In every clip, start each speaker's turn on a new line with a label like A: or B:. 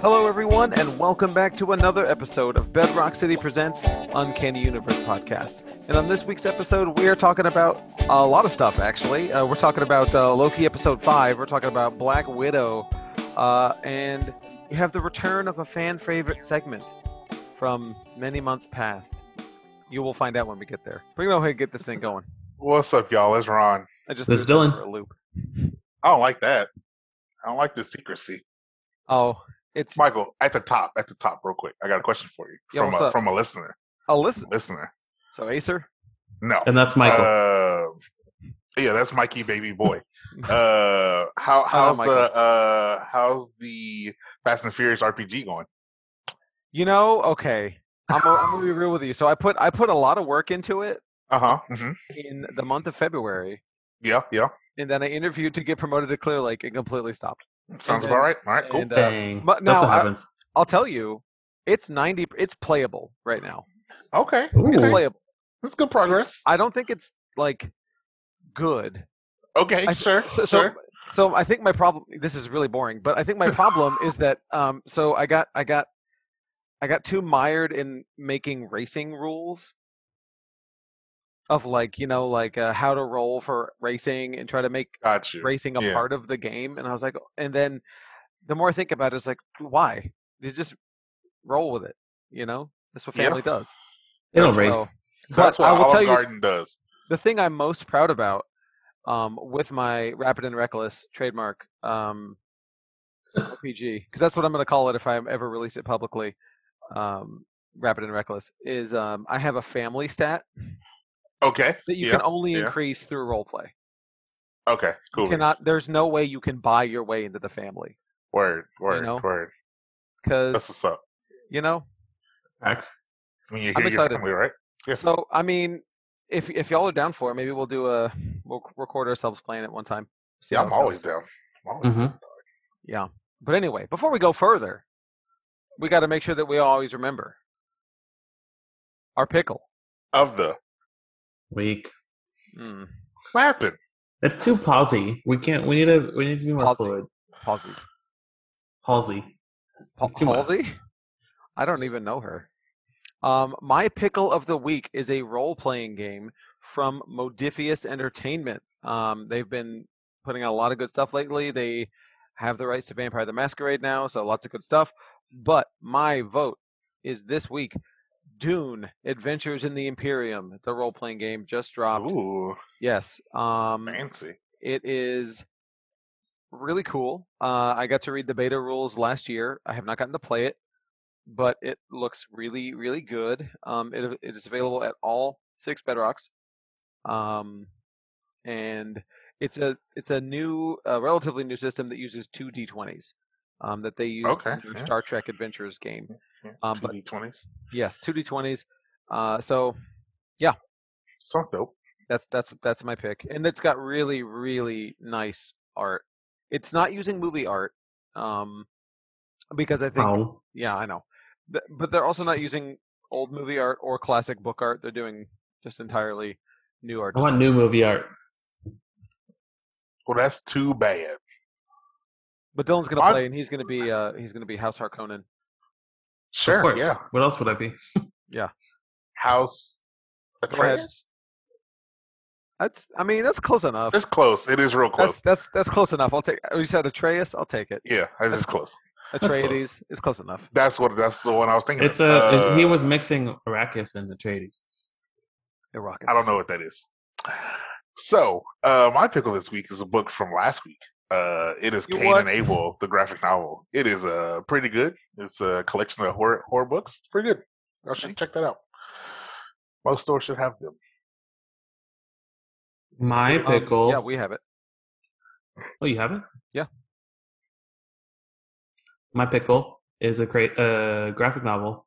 A: Hello, everyone, and welcome back to another episode of Bedrock City Presents Uncanny Universe podcast. And on this week's episode, we are talking about a lot of stuff, actually. Uh, we're talking about uh, Loki episode five, we're talking about Black Widow, uh, and we have the return of a fan favorite segment from many months past. You will find out when we get there. But we go ahead and get this thing going.
B: What's up, y'all? It's Ron.
A: I just
C: This
A: threw
C: Dylan.
A: that for a loop.
B: I don't like that. I don't like the secrecy.
A: Oh, it's
B: Michael, at the top, at the top, real quick. I got a question for you
A: Yeah,
B: from
A: what's
B: a
A: up?
B: from a listener.
A: a listen.
B: Listener,
A: So Acer,
B: no.
C: And that's Michael.
A: Uh,
B: Um, yeah, that's Mikey, baby boy. uh, how how's
A: Michael.
B: the uh how's the Fast and Furious RPG going?
A: you know, okay, I'm, gonna- I'm gonna be real with you. So I put I put a lot of work into it
B: Uh huh. hmm
A: in the month of February,
B: Yeah, yeah.
A: and then I interviewed to get promoted to Clear Lake and completely stopped. And-
B: Sounds about right. All right, cool.
A: And uh,
C: Dang.
A: but
C: that's
A: now
C: what
A: I-
C: happens.
A: I'll tell you, it's ninety. It's playable right now.
B: okay,
A: It's
B: okay.
A: playable.
B: that's good progress.
A: I don't think it's like good.
B: Okay,
A: I-
B: sure,
A: So, so,
B: sure.
A: so I think my problem. This is really boring, but I think my problem is that. Um, so I got, I got, I got too mired in making racing rules of like you know like uh, how to roll for racing and try to make
B: Got you.
A: racing a
B: Yeah.
A: part of the game and i was like "Oh," and then the more i think about it it's like why you just roll with it you know that's what
B: Yeah.
A: family does
C: It'll
A: that's what
C: race.
A: I'll-
B: That's
A: but
B: what
A: I will
B: Olive
A: tell you-
B: Garden does.
A: the thing i'm most proud about um, with my rapid and reckless trademark um, rpg because that's what i'm going to call it if i ever release it publicly um, rapid and reckless is um, i have a family stat
B: Okay.
A: that you
B: yeah.
A: can only
B: yeah.
A: increase through role play
B: okay. Cool.
A: you cannot there's no way you can buy your way into the family
B: Word. Word.
A: know?
B: Word. That's
A: because
B: what's up.
A: you know
C: Facts.
B: When you
A: I'm
B: hear your
A: excited.
B: family, right? Yeah.
A: So I mean, if if y'all are down for it, maybe we'll do a we'll c- record ourselves playing at one time. See
B: Yeah,
A: how
B: I'm
A: it goes.
B: always down. I'm always
C: hmm
A: Yeah, but anyway, before we go further, we got to make sure that we always remember our pickle.
B: of the
C: Weak.
A: Mm,
B: what happened?
C: It's too palsy. We can't. We need to. We need to be more
A: Palsy.
C: fluid.
A: palsy.
C: Palsy.
A: Pa-
C: It's too much.
A: palsy. I don't even know her. Um, my pickle of the week is a role playing game from Modifius Entertainment. Um, they've been putting out a lot of good stuff lately. They have the rights to Vampire the Masquerade now, so lots of good stuff. But my vote is this week Dune Adventures in the Imperium, the role playing game just dropped.
B: Ooh,
A: Yes. Um,
B: fancy.
A: it is really cool. Uh, I got to read the beta rules last year. I have not gotten to play it, but it looks really, really good. Um, it, it is available at all six Bedrocks, um, and it's a it's a new, uh, relatively new system that uses two d20s um, that they use
B: Okay,
A: in their
B: yeah.
A: Star Trek Adventures game. Um,
B: Two
A: but
B: D twenties.
A: yes, two d20s. Uh, so
B: Sounds dope.
A: that's that's that's my pick, and it's got really really nice art. It's not using movie art, um, because I think
C: Oh,
A: yeah I know, Th- but they're also not using old movie art or classic book art. They're doing just entirely new art.
C: I want
A: design.
C: new movie art.
B: Well, that's too bad.
A: But Dylan's gonna
B: I'm-
A: play, and he's gonna be uh he's gonna be House Harkonnen.
C: of
B: Sure.
C: course.
B: Yeah.
C: What else would I be?
B: House
A: ahead.
B: Atreides.
A: That's I mean that's close enough.
B: It's close. It is real
A: That's
B: close.
A: that's that's close enough. I'll take. uh, You said Atreus. I'll take it.
B: yeah,
A: that's-
B: it's close.
C: close.
A: Atreides is close enough.
B: That's what. That's the one I was thinking.
C: It's
B: of.
C: a.
B: Uh,
C: he was mixing Arrakis and Atreides.
A: Iraq.
B: I don't know what that is. So, uh, my pickle this week is a book from last week. Uh, it is
A: You
B: Cain
A: what?
B: and Abel, the graphic novel. It is uh, pretty good. It's a collection of horror, horror books. It's pretty good. I
A: Okay.
B: should check that out. Most stores should have them.
C: My
A: Um,
C: pickle.
A: yeah, we have it.
C: oh, you haven't?
A: Yeah.
C: My pickle is a great uh, graphic novel.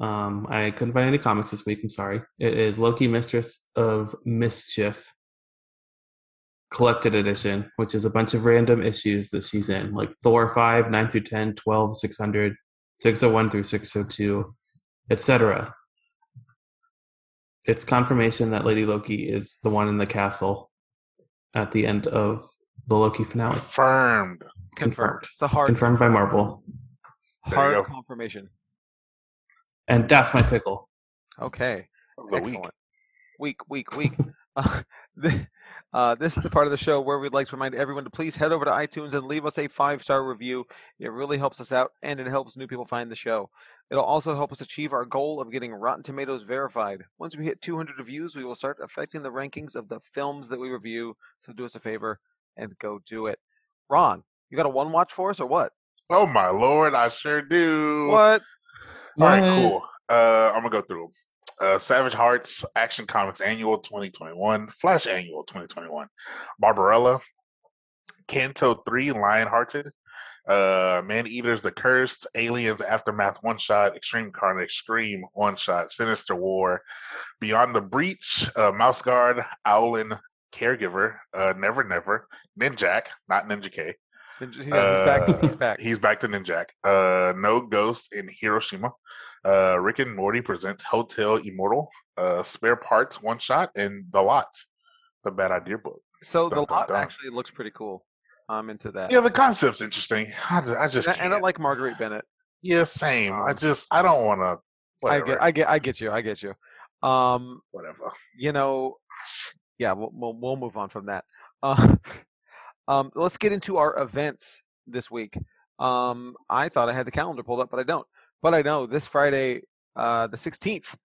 C: Um, I couldn't find any comics this week. I'm sorry. It is Loki, Mistress of Mischief, collected edition, which is a bunch of random issues that she's in, like Thor 5, 9 through 10, 12, 600, 601 through 602, etc. It's confirmation that Lady Loki is the one in the castle at the end of the Loki finale.
B: Confirmed.
A: Confirmed. It's a hard
C: Confirmed by Marvel.
B: you
A: Hard
B: go.
A: confirmation.
C: And that's my pickle.
A: Okay.
B: of the
A: Excellent.
B: week.
A: Week, week, week. uh, th- uh, this is the part of the show where we'd like to remind everyone to please head over to iTunes and leave us a five star review. It really helps us out and it helps new people find the show. It'll also help us achieve our goal of getting Rotten Tomatoes verified. Once we hit 200 reviews, we will start affecting the rankings of the films that we review. So do us a favor and go do it. Ron, you got a one watch for us or what?
B: Oh my lord, I sure do.
A: What?
B: All right,
C: What?
B: cool. Uh, I'm gonna go through 'em. Uh, Savage Hearts, Action Comics Annual 2021, Flash Annual 2021, Barbarella, Kanto 3, Lionhearted, uh, Man Eaters the Cursed, Aliens Aftermath One Shot, Extreme Carnage, Scream One Shot, Sinister War, Beyond the Breach, uh, Mouse Guard, Owlin, Caregiver, uh, Never Never, Ninjak, not Ninja K,
A: Ninja- Yeah, he's
B: Uh,
A: back. He's back.
B: He's back to Ninjak. Uh, no Ghost in Hiroshima. Uh, Rick and Morty presents Hotel Immortal. Uh, Spare Parts One Shot and The Lot, the Bad Idea book.
A: So the
B: Dun, dun,
A: lot
B: dun.
A: actually looks pretty cool. I'm into that.
B: Yeah, the concept's interesting. I just, I just
A: and, I- and I
B: can't.
A: like Marguerite Bennett.
B: yeah, same. I
A: Um,
B: just I don't want to.
A: I
B: Whatever.
A: get, I get, I get you. I get you. Um,
B: whatever.
A: you know, yeah, we'll we'll, we'll move on from that. Uh, um, let's get into our events this week. Um, I thought I had the calendar pulled up, but I don't. But I know this Friday, uh, the sixteenth,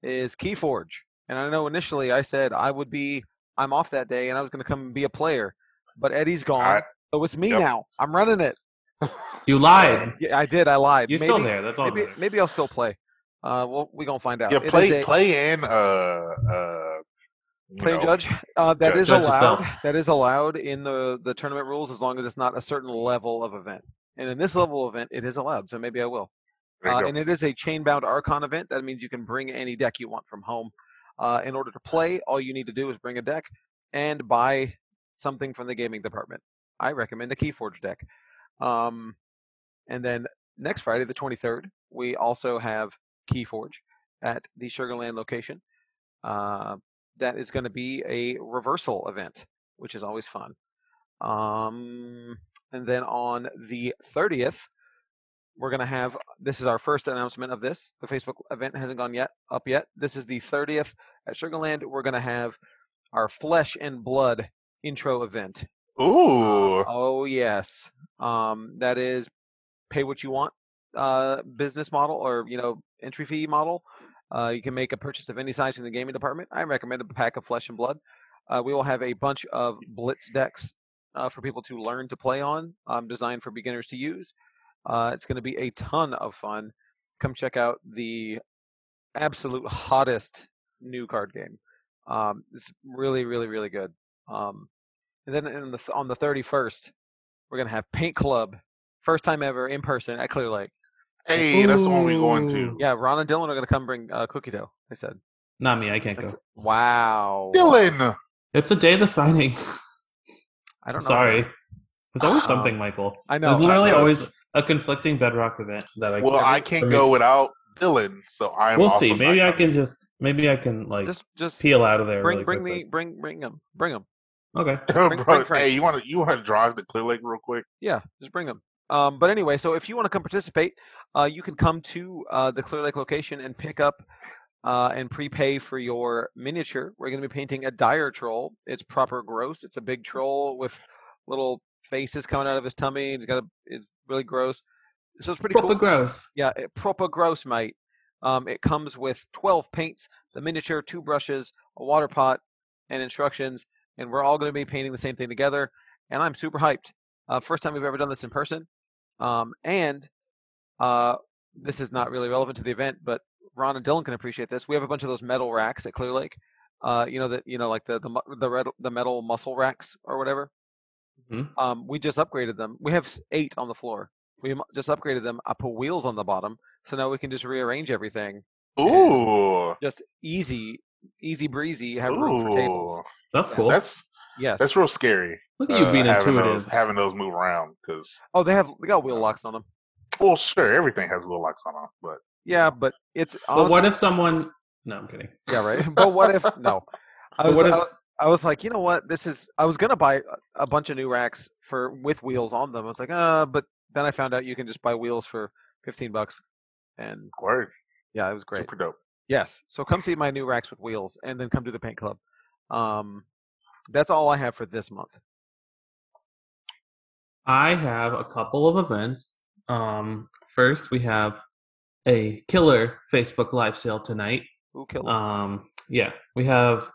A: is Keyforge, and I know initially I said I would be, I'm off that day, and I was going to come and be a player, but Eddie's gone,
B: I-
A: so it's me
B: Yep.
A: now. I'm running it.
C: You lied.
A: Yeah, I did. I lied.
C: You're
A: maybe,
C: still there. That's all. that
A: Maybe,
C: matters.
A: maybe I'll still play. Uh, well, we gonna find out.
B: yeah,
A: It is
B: play
A: a-
B: play and uh uh. you
A: Play
B: know,
A: judge. Uh, that
B: Judge.
A: is
C: Judge
A: allowed.
C: yourself.
A: That is allowed in the the tournament rules as long as it's not a certain level of event. And in this level of event, it is allowed. So maybe I will.
B: there you
A: Uh,
B: go.
A: and it is a chain-bound Archon event. That means you can bring any deck you want from home. Uh, in order to play, all you need to do is bring a deck and buy something from the gaming department. I recommend a Keyforge deck. Um, and then next Friday, the 23rd, we also have Keyforge at the Sugarland location. Uh, that is going to be a reversal event, which is always fun. Um, and then on the 30th, we're going to have this is our first announcement of this. The Facebook event hasn't gone yet up yet. This is the 30th at Sugarland. We're going to have our Flesh and Blood intro event.
B: Ooh,
A: Oh yes, um, that is pay what you want uh, business model or you know entry fee model. Uh, you can make a purchase of any size from the gaming department. I recommend a pack of Flesh and Blood. Uh, we will have a bunch of blitz decks uh, for people to learn to play on, um, designed for beginners to use. Uh, it's going to be a ton of fun. Come check out the absolute hottest new card game. Um, it's really, really, really good. Um, and then in the, th- on the 31st, we're going to have Paint Club, first time ever in person at Clear Lake.
B: hey, that's the one we going
C: Ooh.
B: to.
A: Yeah, Ron and Dylan are going to come bring uh, cookie dough. They said.
C: Not me. I can't go.
A: That's- wow.
B: Dylan,
C: It's the day of the signing.
A: I don't know.
C: Sorry. There's always
A: Oh.
C: something, Michael.
A: I know.
C: There's
A: I
C: literally
B: know.
C: always a conflicting bedrock event that I.
B: well, I can't go without Dylan, so I'm.
C: We'll
B: also
C: see.
B: not
C: Maybe I
B: coming.
C: can just. Maybe I can like
A: just just
C: peel out of there.
A: bring
C: really
A: bring me
C: quickly.
A: bring bring them bring them.
C: Okay.
B: Bro,
A: Bring- bring Frank.
B: hey, you want to you want to drive to Clear Lake real quick?
A: Yeah, just bring them. Um, but anyway, so if you want to come participate, uh, you can come to uh, the Clear Lake location and pick up uh, and prepay for your miniature. We're going to be painting a dire troll. It's proper gross. It's a big troll with little faces coming out of his tummy. He's got a, it's really gross. So it's pretty
C: Proper
A: cool.
C: gross.
A: Yeah, it, proper gross, mate. Um, it comes with 12 paints, the miniature, two brushes, a water pot, and instructions. And we're all going to be painting the same thing together. And I'm super hyped. Uh, first time we've ever done this in person. Um, and uh, this is not really relevant to the event, but Ron and Dylan can appreciate this. We have a bunch of those metal racks at Clear Lake. Uh, you know that you know like the the mu- the red the metal muscle racks or whatever.
C: Mhm.
A: Um, we just upgraded them. We have s- eight on the floor. We m- just upgraded them. I put wheels on the bottom, so now we can just rearrange everything.
B: Ooh,
A: Just easy, easy breezy. Have room for tables.
B: ooh,
C: That's
A: Yeah,
C: cool.
B: that's
A: Yes.
B: that's real scary.
C: Look at you
B: uh,
C: being
B: having those,
C: intuitive.
B: having those move around because
A: oh, they have they got wheel locks on them.
B: well, sure, everything has wheel locks on them, but
A: Yeah, but it's
C: But
A: honestly-
C: what if someone? No, I'm kidding.
A: Yeah, right. But what if no? I
C: But
A: was,
C: what
A: I
C: if-
A: was I was like, you know what? This is I was gonna buy a- a bunch of new racks for with wheels on them. I was like, uh, but then I found out you can just buy wheels for 15 bucks. And
B: Word.
A: yeah, it was great.
B: Super dope.
A: Yes. So come see my new racks with wheels and then come to the paint club. Um, that's all I have for this month.
C: I have a couple of events. Um, first, we have a killer Facebook live sale tonight.
A: Who killed?
C: Um, yeah, we have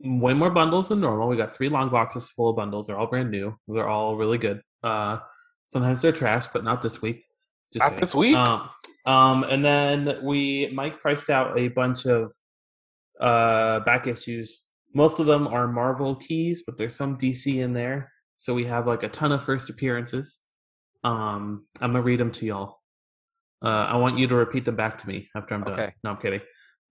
C: way more bundles than normal. We got three long boxes full of bundles. They're all brand new. They're all really good. Uh, sometimes they're trash, but not this week. Just
B: Not
C: kidding.
B: this week.
C: Um, um, and then we Mike priced out a bunch of uh, back issues. Most of them are Marvel keys, but there's some DC in there. So we have like a ton of first appearances. Um, I'm gonna read them to y'all. Uh, I want you to repeat them back to me after I'm done.
A: Okay.
C: No, I'm kidding.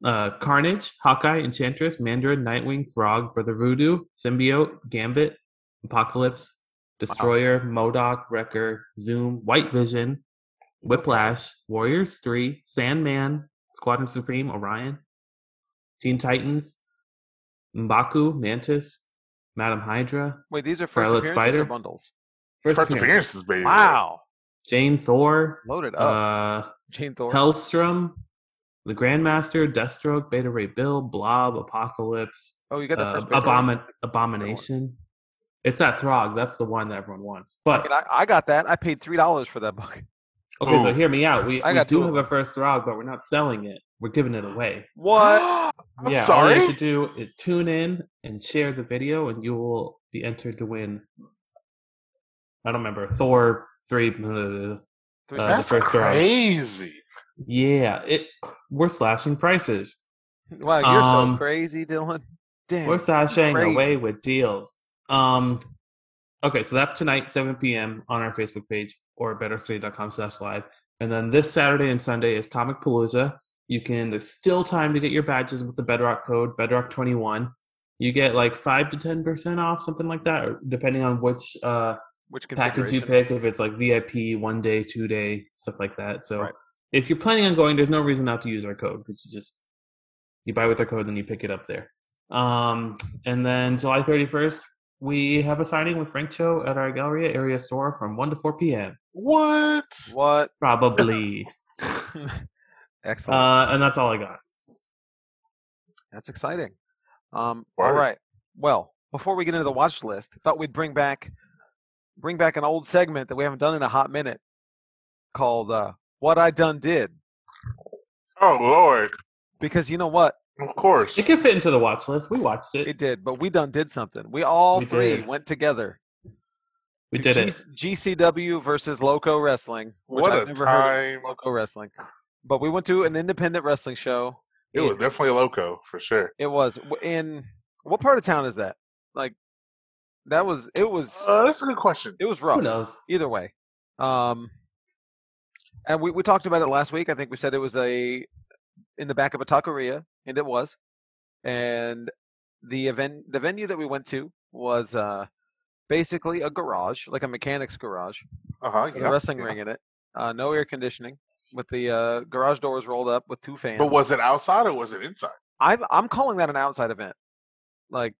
C: Uh, Carnage, Hawkeye, Enchantress, Mandarin, Nightwing, Frog, Brother Voodoo, Symbiote, Gambit, Apocalypse, Destroyer, Modoc, Wrecker, Zoom, White Vision, Whiplash, Warriors 3, Sandman, Squadron Supreme, Orion, Teen Titans, Mbaku, Mantis, Madam Hydra,
A: Wait, these are first
C: Scarlet
A: appearances
C: Spider?
A: or bundles?
C: First,
B: First
C: appearance,
B: appearances, baby.
A: Wow.
C: Jane Thor,
A: Loaded up.
C: uh,
A: Jane Oh. Thor.
C: Hellstrom, the Grandmaster, Deathstroke, Beta Ray Bill, Blob, Apocalypse,
A: oh, you got the
C: uh,
A: first
C: Abomin- Abomination. It's that Throg. That's the one that everyone wants. But
A: I, I got that. I paid three dollars for that book.
C: okay, so
B: Ooh.
C: hear me out. We,
A: I
C: we
A: got two
C: do
A: of
C: have a first Throg, but we're not selling it. We're giving it away.
A: What?
B: I'm
C: yeah, all you
B: sorry.
C: have to do is tune in and share the video, and you will be entered to win. I don't remember Thor three. blah, blah, blah, blah.
A: Three
C: Uh,
B: That's
A: cents?
C: the first round.
B: crazy.
C: Yeah, it. We're slashing prices.
A: wow, you're so
C: um,
A: crazy, Dylan. Damn.
C: We're slashing
A: Crazy.
C: away with deals. Um, okay, so that's tonight, 7 p.m. on our Facebook page or better3.com slash live. And then this Saturday and Sunday is Comic Palooza. You can, there's still time to get your badges with the Bedrock code, Bedrock21. You get like 5 to 10% off, something like that, or depending on which uh,
A: Which
C: package you
A: configuration?
C: pick, if it's like VIP, one day, two day, stuff like that. So
A: Right.
C: if you're planning on going, there's no reason not to use our code because you just you buy with our code and you pick it up there. Um, and then July 31st, we have a signing with Frank Cho at our Galleria area store from 1 to 4 p.m.
B: What?
A: What?
C: Probably.
A: Excellent.
C: uh, and that's all I got.
A: That's exciting. Um, all
B: Word.
A: right. Well, before we get into the watch list, thought we'd bring back bring back an old segment that we haven't done in a hot minute called uh, "What I Done Did,"
B: Oh Lord.
A: because you know what
B: Of course.
C: It can fit into the watch list. We watched it.
A: it did, but we done did something. We all
C: We
A: three
C: did.
A: went together.
C: we
A: to
C: did it.
A: G- GCW versus Loco Wrestling. Which
B: What
A: I've
B: a
A: never Heard
B: time.
A: of Loco Wrestling, but we went to an independent wrestling show.
B: It was definitely loco for sure.
A: It was W- in what part of town is that? Like, that was it was
B: Uh, that's a good question.
A: it was
C: Oh, Who
A: rough.
C: knows?
A: either way um and we, we talked about it last week i think we said it was a in the back of a taqueria and it was and the event the venue that we went to was uh basically a garage like a mechanic's garage
B: Uh huh.
A: with
B: Yeah.
A: a wrestling
B: yeah.
A: ring in it uh no air conditioning with the uh garage doors rolled up with two fans
B: But was it outside or was it inside?
A: i'm i'm calling that an outside event like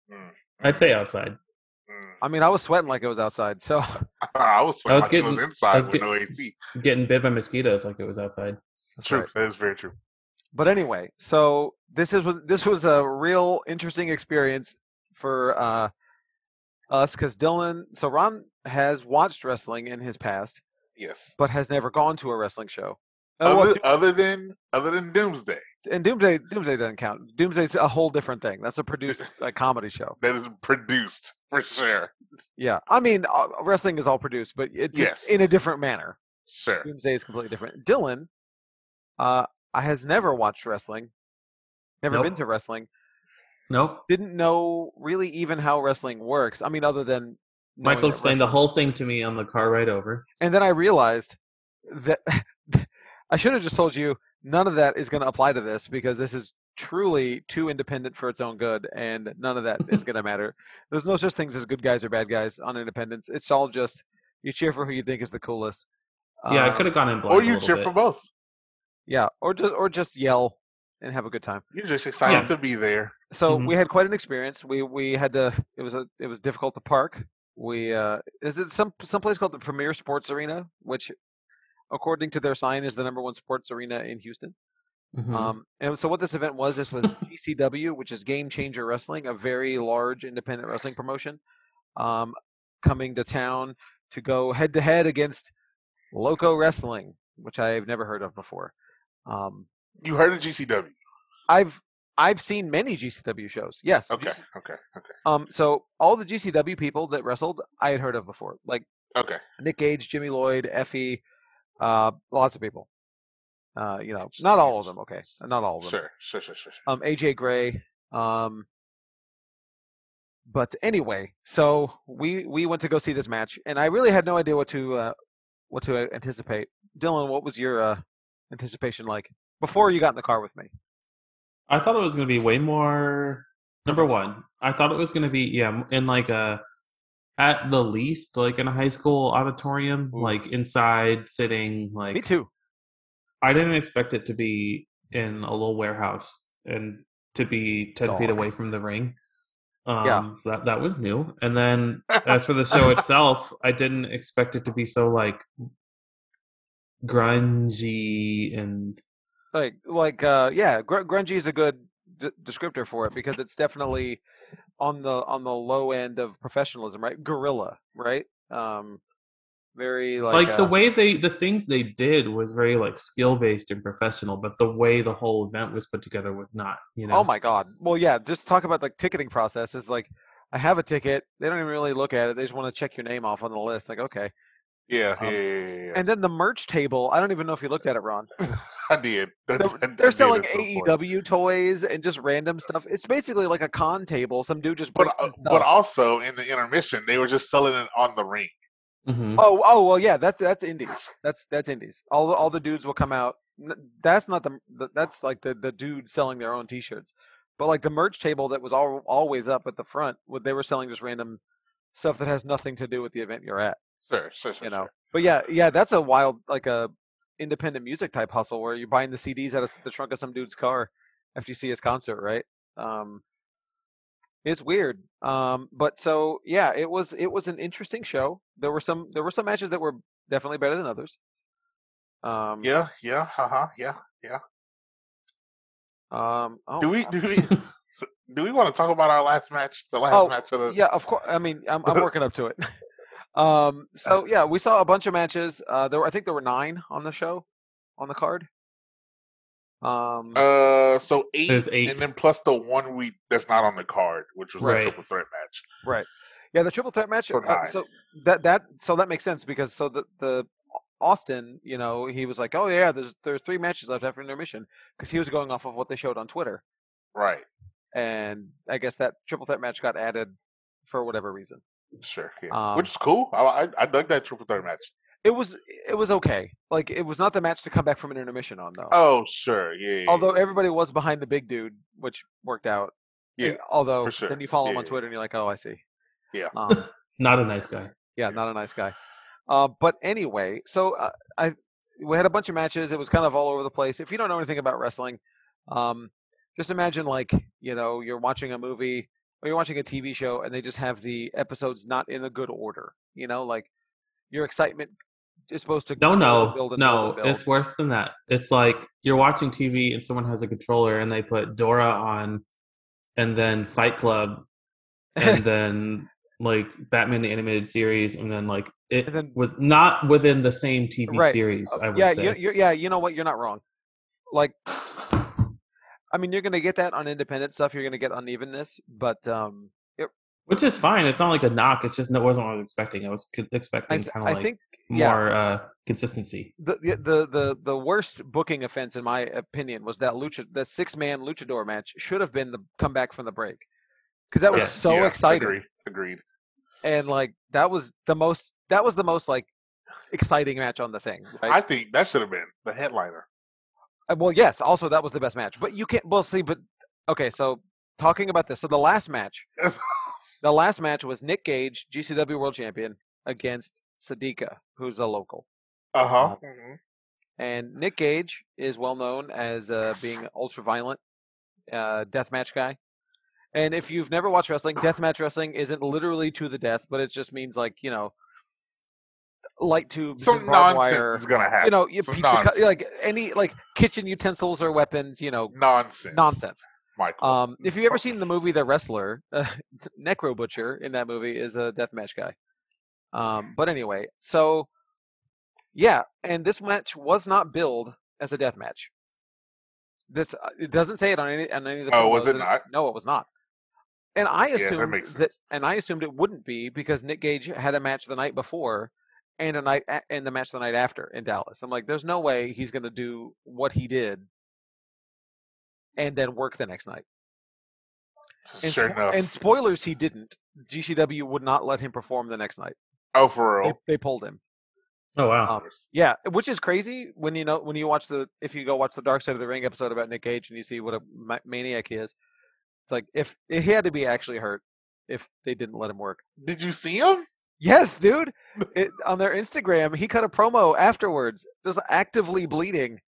C: I'd say outside.
B: Mm.
A: i mean i was sweating like it was outside so
B: Ah, I was
C: I was
B: sweating like it was
C: getting-
B: inside
C: I was
B: with
C: get-
B: no AC.
C: Getting bit by mosquitoes like it was outside.
A: that's
B: True.
A: right.
B: That is very true.
A: but anyway, so this is was this was a real interesting experience for uh, us because Dylan. So Ron has watched wrestling in his past,
B: Yes.
A: but has never gone to a wrestling show. Oh, well,
B: Other,
A: Doom-
B: other than other than Doomsday,
A: and Doomsday Doomsday doesn't count. Doomsday's a whole different thing. That's a produced like, comedy show.
B: that is produced for sure.
A: Yeah, I mean uh, wrestling is all produced, but it's
B: Yes.
A: in a different manner.
B: Sure.
A: Doomsday is completely different. Dylan uh, has never watched wrestling, never been
C: Nope.
A: to wrestling.
C: Nope.
A: didn't know really even how wrestling works. I mean, other than knowing
C: Michael
A: that
C: explained the
A: wrestling-
C: whole thing to me on the car ride over.
A: And then I realized that I should have just told you none of that is going to apply to this because this is truly too independent for its own good, and none of that is going to matter. There's no such things as good guys or bad guys on independence. It's all just you cheer for who you think is the coolest.
C: yeah, I
A: Um,
C: could have gone in blind.
B: Or
C: a
B: you
C: little
B: cheer
C: bit.
B: for both.
A: Yeah, or just or just yell and have a good time.
B: You're just excited
C: Yeah.
B: to be there.
A: so
C: Mhm.
A: we had quite an experience. We we had to. It was a. It was difficult to park. We uh, is it some some place called the Premier Sports Arena, which according to their sign, is the number one sports arena in Houston.
C: Mhm.
A: Um, and so what this event was, this was GCW, which is Game Changer Wrestling, a very large independent wrestling promotion, um, coming to town to go head to head against Loco Wrestling, which I've never heard of before. Um,
B: You heard of GCW?
A: I've I've seen many GCW shows. Yes.
B: Okay,
A: GC
B: okay, okay,
A: um, so all the GCW people that wrestled, I had heard of before, like
B: okay.
A: Nick Gage, Jimmy Lloyd, Effie, uh, lots of people. Uh, you know, not all of them. Okay, not all of them
B: Sure, sure, sure, sure. sure.
A: um, AJ Gray. Um, but anyway, so we we went to go see this match, and I really had no idea what to uh, what to anticipate. Dylan, what was your uh, anticipation like before you got in the car with me?
C: I thought it was going to be way more. Number one, I thought it was going to be yeah, in like a at the least like in a high school auditorium,
A: Ooh.
C: like inside sitting. Like
A: me too.
C: I didn't expect it to be in a little warehouse and to be ten feet
A: Dog.
C: away from the ring. Um,
A: Yeah.
C: so that that was new. And then as for the show itself, I didn't expect it to be so like grungy and
A: Like like uh, yeah, gr- grungy is a good d- descriptor for it because it's definitely on the on the low end of professionalism, right? Gorilla, right? Um, very like,
C: like, the
A: uh,
C: way they the things they did was very like skill based and professional but the way the whole event was put together was not you know
A: Oh my god. Well, yeah. Just talk about the ticketing process. Is like, I have a ticket. They don't even really look at it. They just want to check your name off on the list. Like, okay.
B: Yeah,
A: Um,
B: yeah, yeah, yeah, yeah.
A: And then the merch table. I don't even know if you looked at it, Ron.
B: I did.
A: They're,
B: That- that- that
A: they're
B: did
A: selling E
B: at some point.
A: AEW toys and just random stuff. It's basically like a con table. Some dude just
B: But
A: breaks
B: uh,
A: stuff.
B: but also in the intermission, they were just selling it on the ring.
C: Mhm.
A: oh oh well yeah. That's that's indies. That's that's indies. All the- all the dudes will come out. N- That's not the the- that's like the the dude selling their own t-shirts. But like the merch table that was all, always up at the front, what they were selling just random stuff that has nothing to do with the event you're at.
B: Sure, sure, sure.
A: you know. But yeah, yeah, that's a wild like a independent music type hustle where you're buying the CDs out of s- the trunk of some dude's car after you see his concert, right? Um it's weird. Um but so yeah, it was it was an interesting show. There were some there were some matches that were definitely better than others. Um
B: sure. Yeah, yeah, haha, yeah.
A: um oh,
B: Do we
A: I'm-
B: do we do we want to talk about our last match? The last
A: Oh,
B: match of the
A: yeah, of course. I mean, I'm, I'm working up to it. Um, so yeah, we saw a bunch of matches. Uh, there were, I think there were nine on the show, on the card. Um,
B: Uh, so eight,
C: Mm. There's eight.
B: and then plus the one we that's not on the card, which was
C: Right.
B: the triple threat match.
A: Yeah, the triple threat match.
B: So
A: uh,
B: nine.
A: so that that so that makes sense because so the the Austin, you know, he was like, oh yeah, there's there's three matches left after intermission because he was going off of what they showed on Twitter,
B: Right.
A: and I guess that triple threat match got added for whatever reason.
B: Sure. Yeah.
A: Um,
B: which is cool. I, I I dug that triple threat match.
A: It was it was okay. Like it was not the match to come back from an intermission on though.
B: Oh, sure. Yeah. yeah, yeah,
A: although everybody was behind the big dude, which worked out.
B: Yeah,
A: And although
B: sure.
A: then you follow him
B: Yeah,
A: on
B: yeah.
A: Twitter and you're like, oh, I see.
B: Yeah.
A: Um,
C: not a nice guy
A: yeah, not a nice guy. Uh, but anyway, so uh, I we had a bunch of matches. It was kind of all over the place. If you don't know anything about wrestling, um, just imagine like you know you're watching a movie or you're watching a TV show, and they just have the episodes not in a good order. You know, like your excitement is supposed to
C: no
A: build and
C: no
A: build and
C: no
A: build and build.
C: it's worse than that it's like you're watching tv and someone has a controller and they put dora on and then fight club and then like batman the animated series and then like it
A: And then-
C: was not within the same tv
A: Right. Uh,
C: series i would
A: yeah,
C: say
A: you you're, yeah, you know what? You're not wrong. Like, I mean, you're gonna get that on independent stuff. You're gonna get unevenness, but um, it,
C: which is fine. It's not like a knock. It's just that wasn't what I was expecting. I was c-
A: I,
C: expecting
A: th-
C: kind
A: I
C: of like
A: think yeah.
C: more uh, consistency.
A: the the- the the the worst booking offense in my opinion was that lucha the six man luchador match should have been the comeback from the break because that was
C: Yeah,
A: so exciting
B: Agreed. agreed.
A: and like that was the most that was the most like exciting match on the thing
B: I
A: right
B: think that should have been the headliner.
A: Uh, well yes also that was the best match but you can't well see but okay so talking about this so the last match the last match was Nick Gage GCW World Champion against Sadika who's a local
B: Uh huh.
C: Uh-huh.
A: Uh, And Nick Gage is well known as uh, being ultra violent, uh, deathmatch guy. And if you've never watched wrestling, deathmatch wrestling isn't literally to the death, but it just means like you know, light tubes
B: Some
A: and barbed
B: nonsense
A: wire.
B: is gonna happen.
A: You know, your
B: Some
A: pizza cut
B: nonsense.
A: like any like kitchen utensils or weapons. You know,
B: nonsense.
A: nonsense.
B: Michael.
A: Um, if you've ever seen the movie The Wrestler, uh, Necro Butcher in that movie is a deathmatch guy. Um,
B: Mm.
A: but anyway, so yeah, and this match was not billed as a deathmatch. This uh, it doesn't say it on any on any of the.
B: Oh, was
A: promos,
B: it
A: and it's- No, it was not. And I
B: that
A: assumed
B: makes
A: that,
B: sense.
A: and I assumed it wouldn't be because Nick Gage had a match the night before, and a night a- and the match the night after in Dallas. I'm like, there's no way he's going to do what he did, and then work the next night. And,
B: sure
A: spo-
B: enough.
A: and spoilers, he didn't. GCW would not let him perform the next night.
B: oh, for
A: They,
B: real.
A: they pulled him.
C: Oh wow.
A: um, Yeah, which is crazy when you know when you watch the if you go watch the Dark Side of the Ring episode about Nick Cage and you see what a ma- maniac he is. It's like if he had to be actually hurt if they didn't let him work.
B: Did you see him?
A: Yes, dude. It, on their Instagram, he cut a promo afterwards, just actively bleeding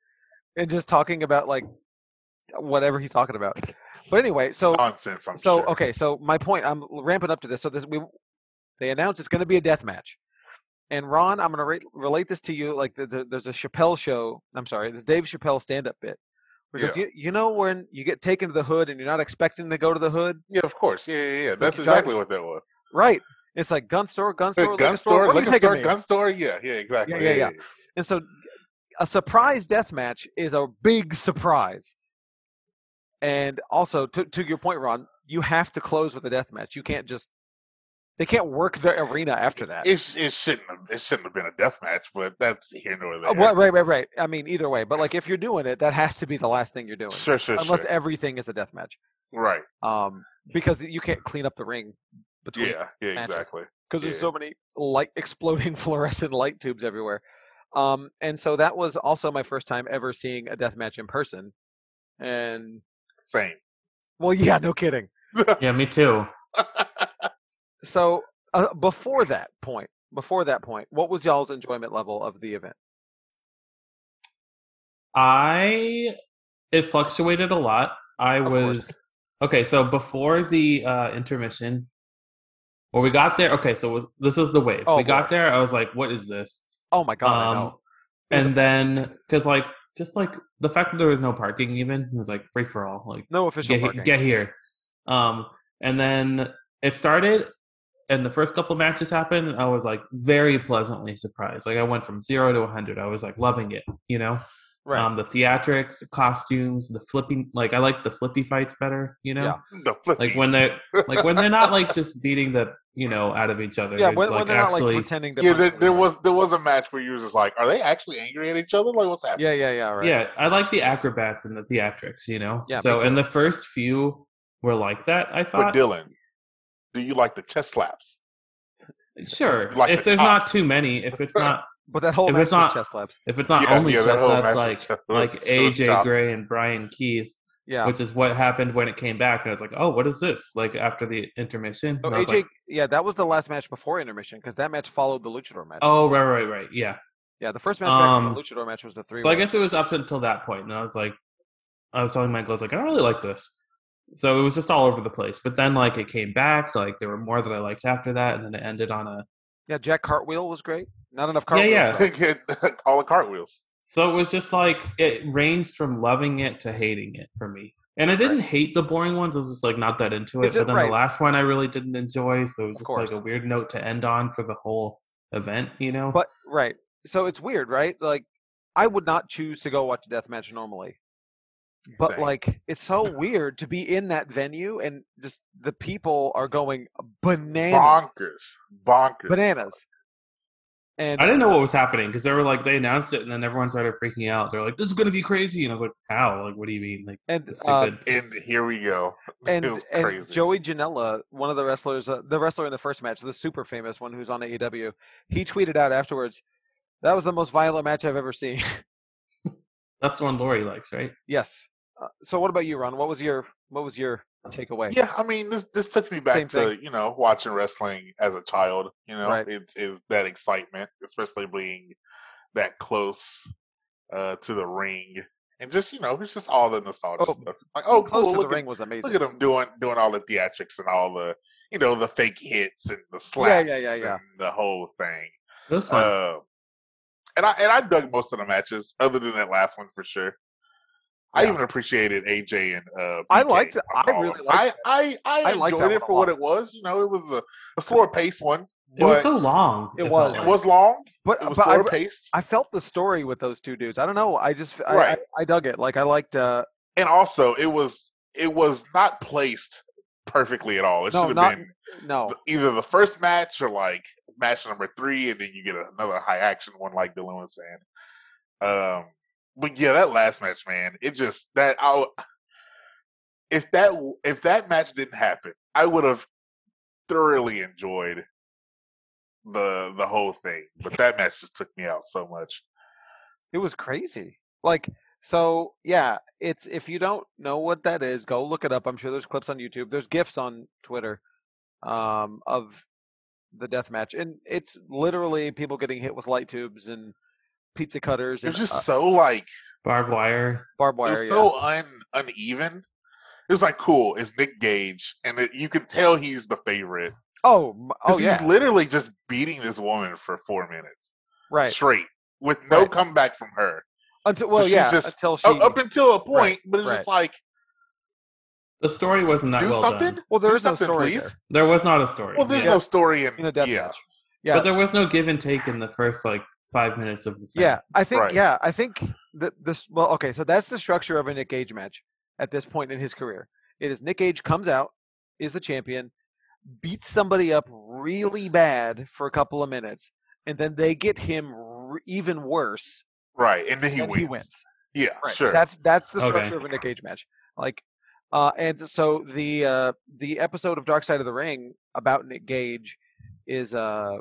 A: and just talking about like whatever he's talking about. But anyway, so
B: Nonsense. Oh, I'm
A: so
B: sure.
A: okay so my point i'm ramping up to this so this we they announced it's going to be a death match and ron i'm going to re- relate this to you like there's a, there's a chappelle show i'm sorry there's dave chappelle stand-up bit because you, you know when you get taken to the hood and you're not expecting to go to the hood
B: Yeah, of course. Yeah, yeah, yeah. That's
A: you,
B: exactly what that was.
A: right it's like gun store gun
B: The
A: store liquor
B: gun store,
A: where are you
B: liquor
A: taking
B: store,
A: me?
B: gun store. Yeah, yeah, exactly.
A: yeah, yeah. and so a surprise death match is a big surprise and also to, to your point ron you have to close with a death match you can't just they can't work the arena after that
B: It, it shouldn't have it shouldn't have been a death match, but that's here nor there.
A: Oh, right, right, right, right. I mean, either way, but like if you're doing it, that has to be the last thing you're doing,
B: Sure, sure,
A: unless
B: sure.
A: everything is a death match,
B: Right.
A: um, because you can't clean up the ring between
B: Yeah, yeah,
A: matches.
B: exactly.
A: because there's
B: Yeah.
A: so many light exploding fluorescent light tubes everywhere. Um, and so that was also my first time ever seeing a death match in person, and
B: Same.
A: well, yeah, no kidding.
C: Yeah, me too.
A: So uh, before that point, before that point, what was y'all's enjoyment level of the event?
C: I it fluctuated a lot. I
A: Of course.
C: was okay. So before the uh, intermission, or we got there. Okay, so was, this is the wave.
A: Oh,
C: we got
A: boy.
C: there. I was like, "What is this?"
A: Oh my god, I know. It was a
C: Um, and then because like just like the fact that there was no parking, even it was like free for all. Like
A: No official
C: get, he-
A: parking.
C: get here. Um, and then it started, and the first couple matches happened, and I was like very pleasantly surprised. Like I went from zero to 100. I was like loving it, you know?
A: right.
C: Um, the theatrics, the costumes, the flipping, like I like the flippy fights better, you know?
A: Yeah.
B: the flip.
C: Like when they're like when they're not like just beating the you know out of each other.
A: yeah,
C: It's,
A: when,
C: like
A: when they're not
C: actually
A: like pretending to
B: yeah,
A: punch
B: there,
A: each
B: there
A: other.
B: was there was a match where you were just like, are they actually angry at each other? Like what's happening?
A: Yeah, yeah, yeah, right.
C: Yeah, I like the acrobats and the theatrics, you know.
A: Yeah, me
C: so
A: too.
C: and the first few were like that, I
B: But
C: thought.
B: Dylan, do you like the chest slaps?
C: sure.
B: like
C: if
B: the
C: there's not
B: chops.
C: too many, if it's not
A: But that whole
C: If
A: match
C: it's
A: was
C: not-
A: chest slaps.
C: if it's not
B: Yeah,
C: only
B: yeah, that
C: just
B: whole
C: that's
B: match
C: like
B: was-
C: like
B: was
C: AJ
B: chops.
C: Gray and Brian Keith,
A: Yeah.
C: which is what happened when it came back, and I was like, oh, what is this? Like after the intermission,
A: So
C: and I was
A: AJ,
C: like,
A: yeah, that was the last match before intermission because that match followed the Luchador match.
C: oh, right, right, right, yeah.
A: yeah, the first match back
C: um,
A: from the Luchador match was the three.
C: So I guess it was up until that point, and I was like, I was telling Michael, I was like, I don't really like this. So it was just all over the place. But then like it came back, like there were more that I liked after that, and then it ended on a
A: yeah, Jack Cartwheel was great. Not enough cartwheels.
C: yeah.
A: though.
B: All the cartwheels.
C: So it was just like it ranged from loving it to hating it for me. And I didn't hate the boring ones. I was just like not that into it.
A: It's a-
C: but then
A: right.
C: the last one I really didn't enjoy. So it was
A: Of
C: just like a
A: course.
C: weird note to end on for the whole event, you know?
A: But right, so it's weird, right? Like, I would not choose to go watch a death match normally, but
B: Same.
A: like, it's so weird to be in that venue and just the people are going bananas,
B: bonkers, bonkers.
A: bananas. And
C: I didn't know what was happening because they were like they announced it and then everyone started freaking out. They're like, "This is gonna be crazy," and I was like, "How? Like, what do you mean? Like,
A: and
C: it's
A: uh,
C: stupid."
B: and here we go.
A: and,
B: it was
A: and
B: crazy.
A: Joey Janela, one of the wrestlers, uh, the wrestler in the first match, the super famous one who's on AEW, he tweeted out afterwards, "That was the most violent match I've ever seen."
C: That's the one Lori likes, right?
A: yes. Uh, so, what about you, Ron? What was your what was your takeaway?
B: Yeah, I mean, this this took me
A: Same
B: back to
A: thing.
B: you know watching wrestling as a child. You know,
A: Right.
B: it is that excitement, especially being that close uh, to the ring, and just you know, it's just all the nostalgia
A: Oh,
B: stuff. Like, oh,
A: Close to
B: cool!
A: the
B: Look at,
A: ring was amazing.
B: look at them doing doing all the theatrics and all the you know the fake hits and the
A: yeah,
B: slaps
A: yeah, yeah, yeah.
B: and the whole thing.
C: It was fun.
B: Uh, and I and I dug most of the matches, other than that last one for sure. I
A: Yeah.
B: even appreciated AJ and uh,
A: I
B: BK,
A: liked it.
B: I'll
A: I
B: call
A: really
B: him.
A: liked
B: I
A: it.
B: I I,
A: I liked
B: enjoyed
A: that one
B: it
A: a
B: for
A: lot.
B: what it was. You know, it was a, a slower paced one,
C: it was
B: but
C: so long.
A: It
C: felt
A: was.
B: it
C: like.
B: was long.
A: But
B: It was
A: Uh, but I,
B: slower paced,
A: I felt the story with those two dudes. I don't know. I just I,
B: Right.
A: I, I dug it. Like I liked. uh
B: and also it was it was not placed perfectly at all. It
A: No,
B: should
A: not-
B: have been
A: No,
B: either the first match or like match number three, and then you get another high action one, like Dylan was saying. Um, but yeah, that last match, man, it just that I if that if that match didn't happen, I would have thoroughly enjoyed the the whole thing. But that match just took me out so much.
A: it was crazy. Like so, yeah. It's if you don't know what that is, go look it up. I'm sure there's clips on YouTube. There's gifs on Twitter um, of the death match, and it's literally people getting hit with light tubes and pizza cutters
B: It
A: and
B: was just
A: uh,
B: so like
C: barbed wire.
A: barbed
B: it
A: wire.
B: was
A: yeah.
B: so un uneven. It was like cool. It's Nick Gage, and it, you can tell he's the favorite.
A: Oh, m- oh
B: 'Cause
A: yeah,
B: He's literally just beating this woman for four minutes
A: right.
B: straight with no
A: Right.
B: comeback from her.
A: Until well,
B: she's
A: yeah,
B: just-
A: until she.
B: Up- up until a point,
A: Right,
B: but it's just like,
C: The story was not
B: do
C: well
B: something.
C: done.
A: well, there
B: do
A: is no
B: something,
A: story
B: please.
A: there
C: There was not a story.
B: Well, there's
C: Yeah.
B: no story in,
A: in a death
B: yeah.
A: match. Yeah,
C: But there was no give and take in the first like five minutes of the thing.
A: Yeah, I think.
B: Right.
A: Yeah, I think that this. Well, okay, so that's the structure of a Nick Gage match at this point in his career. It is Nick Gage comes out, is the champion, beats somebody up really bad for a couple of minutes, and then they get him r- even worse,
B: Right, and then he,
A: and
B: wins.
A: he wins.
B: Yeah,
A: Right.
B: sure.
A: That's that's the
C: Okay.
A: structure of a Nick Cage match. Like, uh, and so the uh, the episode of Dark Side of the Ring about Nick Gage is uh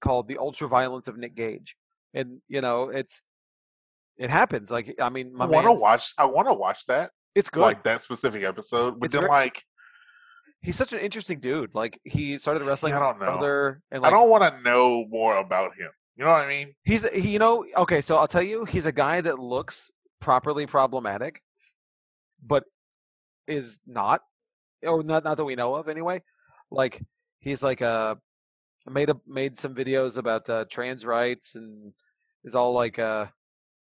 A: called "The Ultra Violence of Nick Gage," and you know it's it happens. Like, I mean, my
B: I want to
A: man,
B: watch. I want to watch that,
A: it's good.
B: like that specific episode. But
A: It's
B: then,
A: very-
B: like,
A: He's such an interesting dude. Like, he started wrestling.
B: I
A: with
B: don't
A: his
B: know.
A: brother, and
B: I
A: like,
B: don't want to know more about him. You know what I mean?
A: He's he, you know okay, so I'll tell you, he's a guy that looks properly problematic, but is not, or not not that we know of anyway. Like he's like uh made a made some videos about uh, trans rights and is all like uh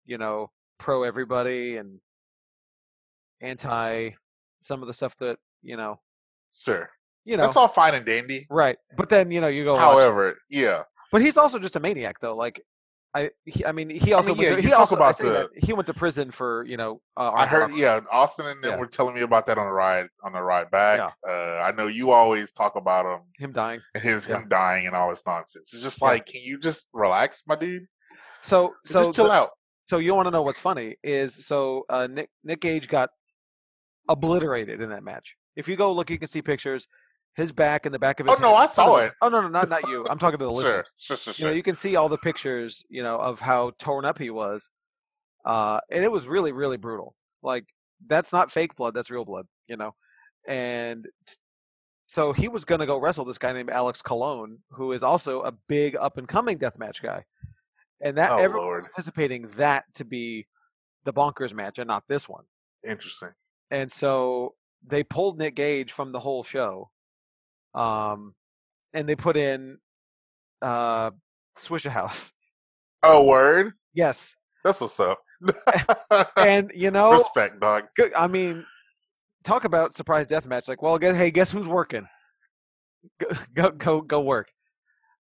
A: you know pro everybody and anti some of the stuff that you know
B: Sure,
A: you know
B: that's all fine and dandy.
A: right. But then you know you go watch
B: However, yeah,
A: but he's also just a maniac, though. Like, I, he, I mean, he also
B: mean, yeah,
A: went to,
B: you
A: he
B: talk
A: also I
B: about
A: say that, he went to prison for you know. Uh,
B: I
A: armed
B: heard.
A: robbery.
B: Yeah, Austin and them
A: Yeah.
B: were telling me about that on the ride on the ride back. Uh, I know you always talk about him
A: him dying.
B: and his
A: Yeah.
B: him dying and all this nonsense. It's just
A: Yeah.
B: like, can you just relax, my dude?
A: So so
B: just chill
A: the-
B: out.
A: so you want to know what's funny is so uh, Nick Nick Gage got obliterated in that match. If you go look, you can see pictures. His back and the back of his.
B: Oh, no,
A: hand-
B: I
A: none of
B: saw
A: us-
B: it.
A: Oh no, no, not not you. I'm talking to the listeners.
B: Sure, sure, sure,
A: you know
B: sure.
A: you can see all the pictures you know of how torn up he was uh and it was really really brutal like that's not fake blood that's real blood you know and t- so he was going to go wrestle this guy named Alex Colon who is also a big up and coming deathmatch guy and that
B: Oh,
A: everyone
B: Lord.
A: was anticipating that to be the bonkers match and not this one
B: Interesting.
A: and so they pulled Nick Gage from the whole show, um, and they put in uh, Swisher House.
B: Oh, word.
A: Yes,
B: That's what's up.
A: and you know,
B: Respect, dog.
A: good- I mean, talk about surprise death match. Like, well, guess, hey, guess who's working? Go, go, go, go work.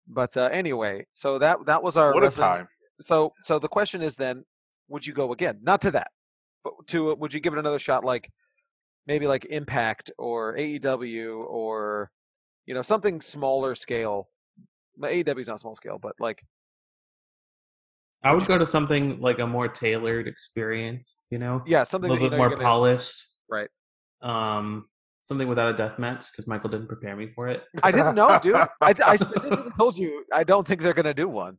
A: But uh, anyway, so that that was our
B: What a
A: wrestling-
B: time.
A: So, so the question is then, would you go again? Not to that, but to uh, would you give it another shot? Like maybe like Impact or AEW or you know something smaller scale. But AEW's not small scale, but like
C: I would go to something like a more tailored experience. You know,
A: yeah,
C: a
A: something
C: little
A: that you
C: bit
A: know
C: more
A: you're gonna-
C: polished.
A: Right.
C: Um, something without a death match because Michael didn't prepare me for it.
A: I didn't know, dude. I, I specifically told you I don't think they're gonna do one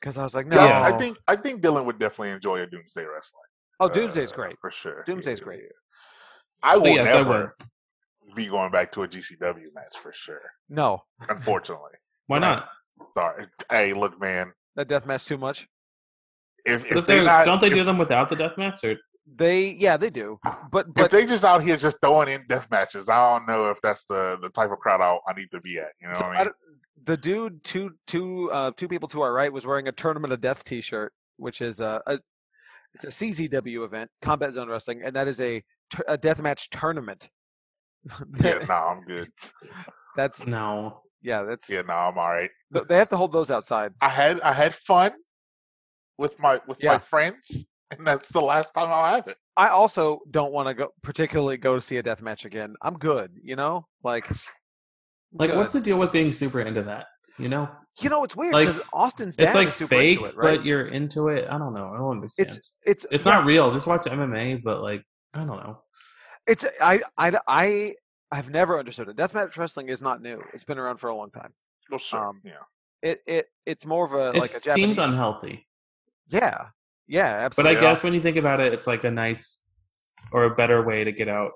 A: because I was like, no.
B: No,
C: Yeah.
B: I think I think Dylan would definitely enjoy a Doomsday Wrestling.
A: oh, Doomsday's
B: uh,
A: great.
B: for sure.
A: Doomsday's
B: Yeah,
A: great.
B: yeah. I
C: So
B: will
C: yes, I would.
B: never be going back to a GCW match for sure.
A: No,
B: Unfortunately,
C: Why not?
B: sorry. Hey, look, man.
A: that death match too much.
B: If,
C: But
B: if
C: if they're-
B: they not,
C: don't they
B: if,
C: do them without the death match? Or
A: They yeah they do, but
B: if
A: but
B: they just out here just throwing in death matches, I don't know if that's the the type of crowd I, I need to be at. You know
A: So
B: what
A: I
B: I mean?
A: don't- the dude two two uh two people to our right was wearing a tournament of death t-shirt which is a, a it's a CZW event combat zone wrestling and that is a tur- a death match tournament
B: Yeah, no, I'm good.
A: that's
C: No.
A: yeah that's
B: Yeah, no, I'm all right.
A: th- they have to hold those outside
B: I had I had fun with my with
A: Yeah.
B: my friends, and that's the last time I'll have it.
A: I also don't want to go particularly go to see a death match again I'm good you know like
C: Like,
A: good.
C: what's the deal with being super into that? You know,
A: you know it's weird
C: like,
A: because Austin's dad
C: it's like
A: is super
C: fake,
A: into it right
C: but you're into it. I don't know. I don't understand.
A: it's
C: It's,
A: it's yeah.
C: not real. Just watch MMA, but like, I don't know.
A: It's I I I I've never understood it. Deathmatch wrestling is not new. It's been around for a long time.
B: Well, sure,
A: Um,
B: yeah.
A: It it it's more of a
C: It
A: like a Japanese.
C: seems unhealthy,
A: yeah, yeah,
C: but I
A: absolutely.
B: Yeah.
C: guess when you think about it, it's like a nice or a better way to get out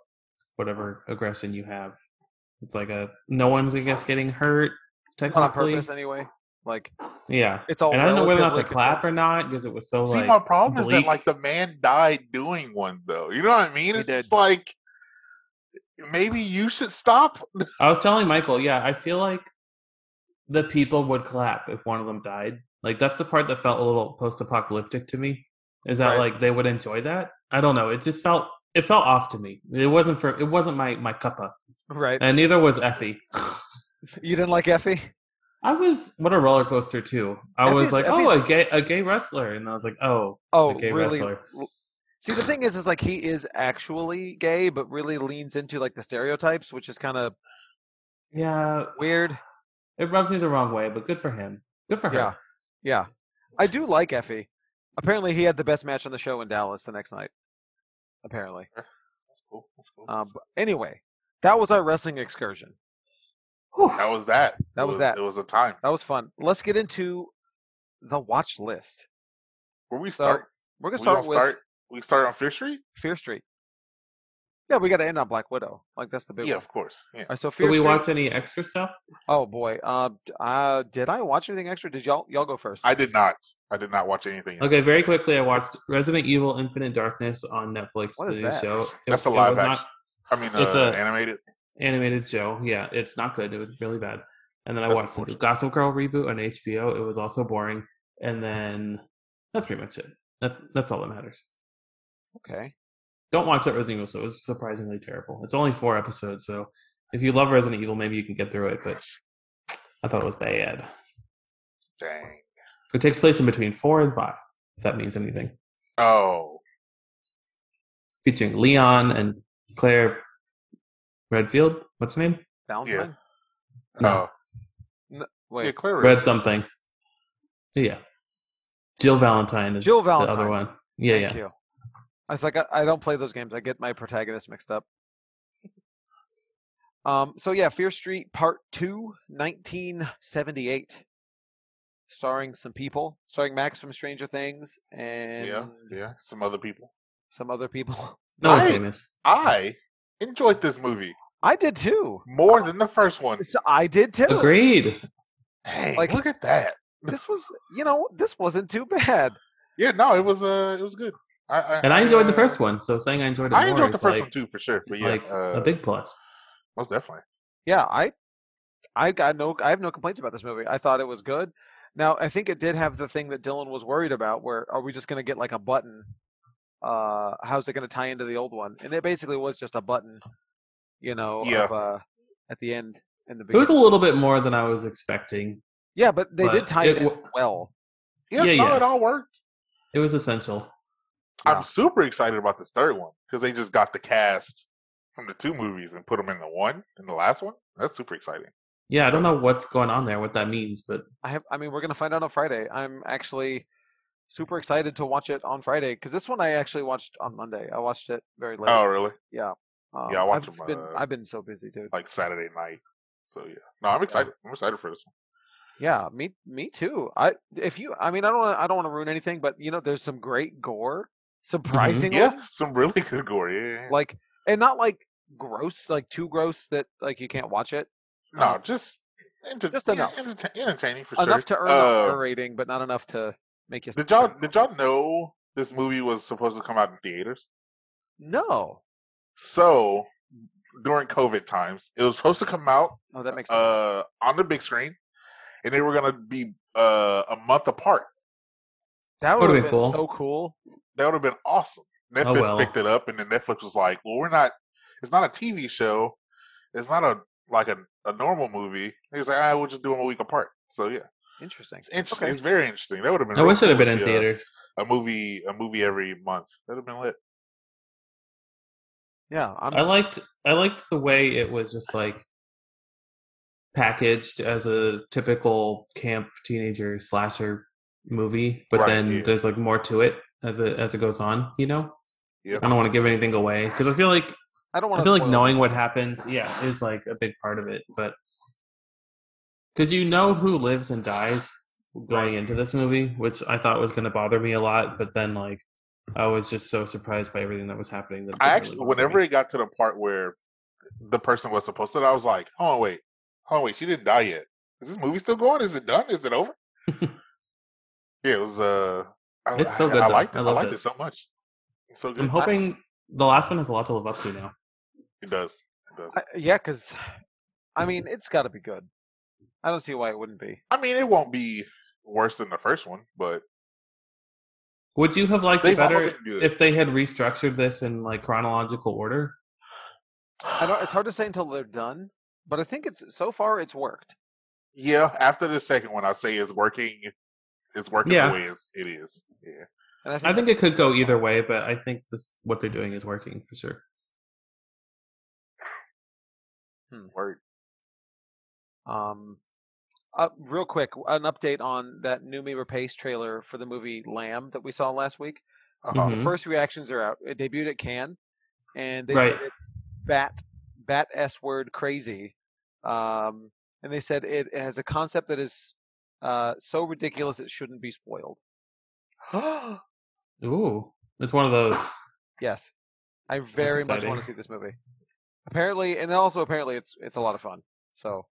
C: whatever aggression you have. It's like a no one's I guess getting hurt
A: Not on
C: technically.
A: purpose anyway. Like
C: Yeah,
A: it's all.
C: and I don't know whether or not
A: relatively
C: to clap or not because it was so
B: See,
C: like.
B: my problem is
C: bleak.
B: that like the man died doing one though. You know what I mean?
A: He
B: It's
A: did.
B: just like maybe you should stop.
C: I was telling Michael, yeah, I feel like the people would clap if one of them died. Like that's the part that felt a little post-apocalyptic to me. Is that
A: Right.
C: like they would enjoy that? I don't know. It just felt it felt off to me. It wasn't for it wasn't my my cuppa,
A: considered. right.
C: and neither was Effie.
A: You didn't like Effie?
C: I was what a roller coaster too. I was
A: Effie's-
C: like, oh,
A: Effie's-
C: a gay a gay wrestler, and I was like, oh,
A: Oh,
C: a gay
A: really?
C: wrestler.
A: See, the thing is, is like he is actually gay, but really leans into like the stereotypes, which is kind of
C: Yeah,
A: weird.
C: it rubs me the wrong way, but good for him. Good for her.
A: Yeah, yeah. I do like Effie. Apparently, he had the best match on the show in Dallas the next night. Apparently.
B: That's cool. That's cool.
A: Um, but anyway, that was our wrestling excursion.
C: Whew.
B: that was that.
A: that
B: It
A: was that.
B: It was a time.
A: That was fun. Let's get into the watch list.
B: Where we
A: So,
B: start?
A: We're
B: we
A: gonna start
B: gonna
A: with
B: start. We start on Fear Street.
A: Fear Street. Yeah, we got to end on Black Widow. Like that's the big
B: Yeah,
A: one.
B: of course. Yeah.
A: All right, so Fear
C: Did we
A: Street.
C: watch any extra stuff?
A: oh boy. Uh, d- uh, did I watch anything extra? Did y'all y'all go first?
B: I did not. I did not watch anything.
C: Okay, very quickly, I watched Resident Evil: Infinite Darkness on Netflix.
A: What is
C: the new
A: that?
C: Show.
B: That's a live
C: was
B: action. I mean,
C: It's
B: uh,
C: a-
B: animated.
C: animated show. Yeah, it's not good. It was really bad. And then I
B: That's
C: watched the
B: unfortunate.
C: Gossip Girl reboot on HBO. It was also boring. And then that's pretty much it. That's that's all that matters.
A: Okay.
C: Don't watch that Resident Evil. So it was surprisingly terrible. It's only four episodes, so if you love Resident Evil, maybe you can get through it. But I thought it was bad.
B: Dang.
C: It takes place in between four and five, if that means anything.
B: Oh,
C: Featuring Leon and Claire Redfield. What's her name?
A: Valentine.
C: No.
B: no.
A: Wait.
B: oh, Yeah, Claire.
C: Read something. Yeah. Jill Valentine is
A: Jill
C: the
A: Valentine.
C: other one. Yeah,
A: Thank
C: yeah.
A: you. I was like, I, I don't play those games. I get my protagonists mixed up. Um, so yeah, Fear Street Part 2, 1978. Starring some people, starring Max from Stranger Things and
B: Yeah, yeah. Some other people.
A: some other people.
C: No one's
B: I-
C: famous.
B: I enjoyed this movie
A: I did too.
B: more than the first
C: Mm.
B: one.
A: So I did
C: Oh,
A: too.
C: Agreed.
B: Dang,
A: Like-
B: look at that.
A: This was, you know, this wasn't too bad.
B: Yeah, no, it was uh, it was good. I, I
C: And I enjoyed the first
B: one.
C: one, so saying I enjoyed it
B: I
C: more
B: enjoyed
C: is
B: the first
C: like,
B: one too, for sure. But
C: is
B: yeah,
C: like
B: uh,
C: a big plus.
B: most definitely.
A: Yeah, I, I got no, I have no complaints about this movie. I thought it was good. Now I think it did have the thing that Dylan was worried about, where are we just going to get like a button? Uh, how's it going to tie into the old one? And it basically was just a button, you know,
B: Yeah.
A: of, uh, at the end and the
C: It was
A: beginning.
C: a little bit more than I was expecting.
A: yeah, but they did
C: but
A: tie
C: it
A: it, in
C: w-
A: well.
B: Yeah,
C: Yeah,
B: no,
C: yeah.
B: it all worked.
C: It was essential.
A: Yeah.
B: I'm super excited about this third one because they just got the cast from the two movies and put them in the one in the last one. That's super exciting.
C: Yeah, I don't know what's going on there, what that means, but
A: I have. I mean, we're gonna find out on Friday. I'm actually super excited to watch it on Friday because this one I actually watched on Monday. I watched it very late.
B: Oh, really?
A: Um,
B: yeah, I watched
A: I've
B: them,
A: been,
B: uh,
A: I've been so busy, dude.
B: Like Saturday night. So yeah, no, I'm excited. I'm excited for this one.
A: Yeah, me me too. I if you I mean I don't wanna, I don't want to ruin anything, but you know there's some great gore
C: Mm-hmm.
A: surprisingly
B: Yeah, some really good gore. Yeah, yeah, yeah.
A: like and not like gross like too gross that like you can't watch it
B: no, just enter-
A: uh, Just
B: yeah,
A: enough.
B: entertain- entertaining for
A: enough
B: sure.
A: to earn
C: Oh.
B: Uh,
A: a R rating, but not enough to make you.
B: did
A: stop
B: y'all
A: it.
B: did y'all know this movie was supposed to come out in theaters?
A: No.
B: So during COVID times, it was supposed to come out
C: Uh,
A: Oh, that makes sense.
B: uh, on the big screen. and they were gonna be uh, a month apart.
A: That would
C: Would've
A: have
C: been
A: been
C: cool.
A: so cool.
B: That would have been awesome. Netflix
C: Oh, well.
B: picked it up, and then Netflix was like, "Well, we're not. It's not a TV show. It's not a like a, a normal movie." He was like, "I we'll just do them a week apart." So yeah,
A: Interesting.
B: it's interesting.
A: Okay.
B: It's very interesting. That would have been.
C: I wish it
B: really
C: had
B: cool
C: been in
B: to see a-
C: theaters.
B: A movie, a movie every month. That'd have been lit.
A: Yeah, I'm,
C: I liked I liked the way it was just like packaged as a typical camp teenager slasher movie, but
B: Right,
C: then
B: yeah.
C: there's like more to it as it as it goes on. You know,
B: Yeah.
C: I don't want to give anything away because I feel like
A: I don't want
C: I
A: to
C: feel like knowing what happens, yeah, is like a big part of it. But because you know who lives and dies going
B: Right.
C: into this movie, which I thought was going to bother me a lot, but then like I was just so surprised by everything that was happening. That it
B: I
C: didn't
B: actually,
C: really bother
B: whenever
C: me.
B: it got to the part where the person was supposed to, die, I was like, "Hold on, wait, hold on, wait, she didn't die yet. Is this movie still going? Is it done? Is it over?" yeah, it was. Uh, I,
C: It's so
B: I-
C: good,
B: I,
C: though.
B: liked it.
C: I
B: I,
C: loved
B: liked
C: it.
B: it. so much. It's so good.
C: I'm hoping the last one has a lot to live up to now.
B: it does. It does.
A: I, yeah, because I mean, it's got to be good. I don't see why it wouldn't be.
B: I, mean, it won't be worse than the first one, but
C: Would you have liked
B: They've
C: it better
B: already do it.
C: if they had restructured this in like chronological order?
A: I don't. It's hard to say until they're done, but I think it's so far it's worked.
B: yeah, after the second one, I say it's working. It's working
C: Yeah.
B: the way it's, it is. Yeah.
A: And I
C: I think it
A: that's-
C: could go
A: that's
C: either
A: fine.
C: way, but I think this what they're doing is working for sure.
B: Word.
A: Um, uh, real quick, an update on that Numi Rapace trailer for the movie Lamb that we saw last week.
B: Uh-huh.
C: Mhm.
A: First reactions are out. It debuted at Cannes, and they
C: Right.
A: said it's bat bat s word crazy, um, and they said it has a concept that is uh, so ridiculous it shouldn't be spoiled.
C: Ooh, it's one of those.
A: Yes, I very much want
C: exciting.
A: to see this movie. Apparently, and also apparently, it's it's a lot of fun. So,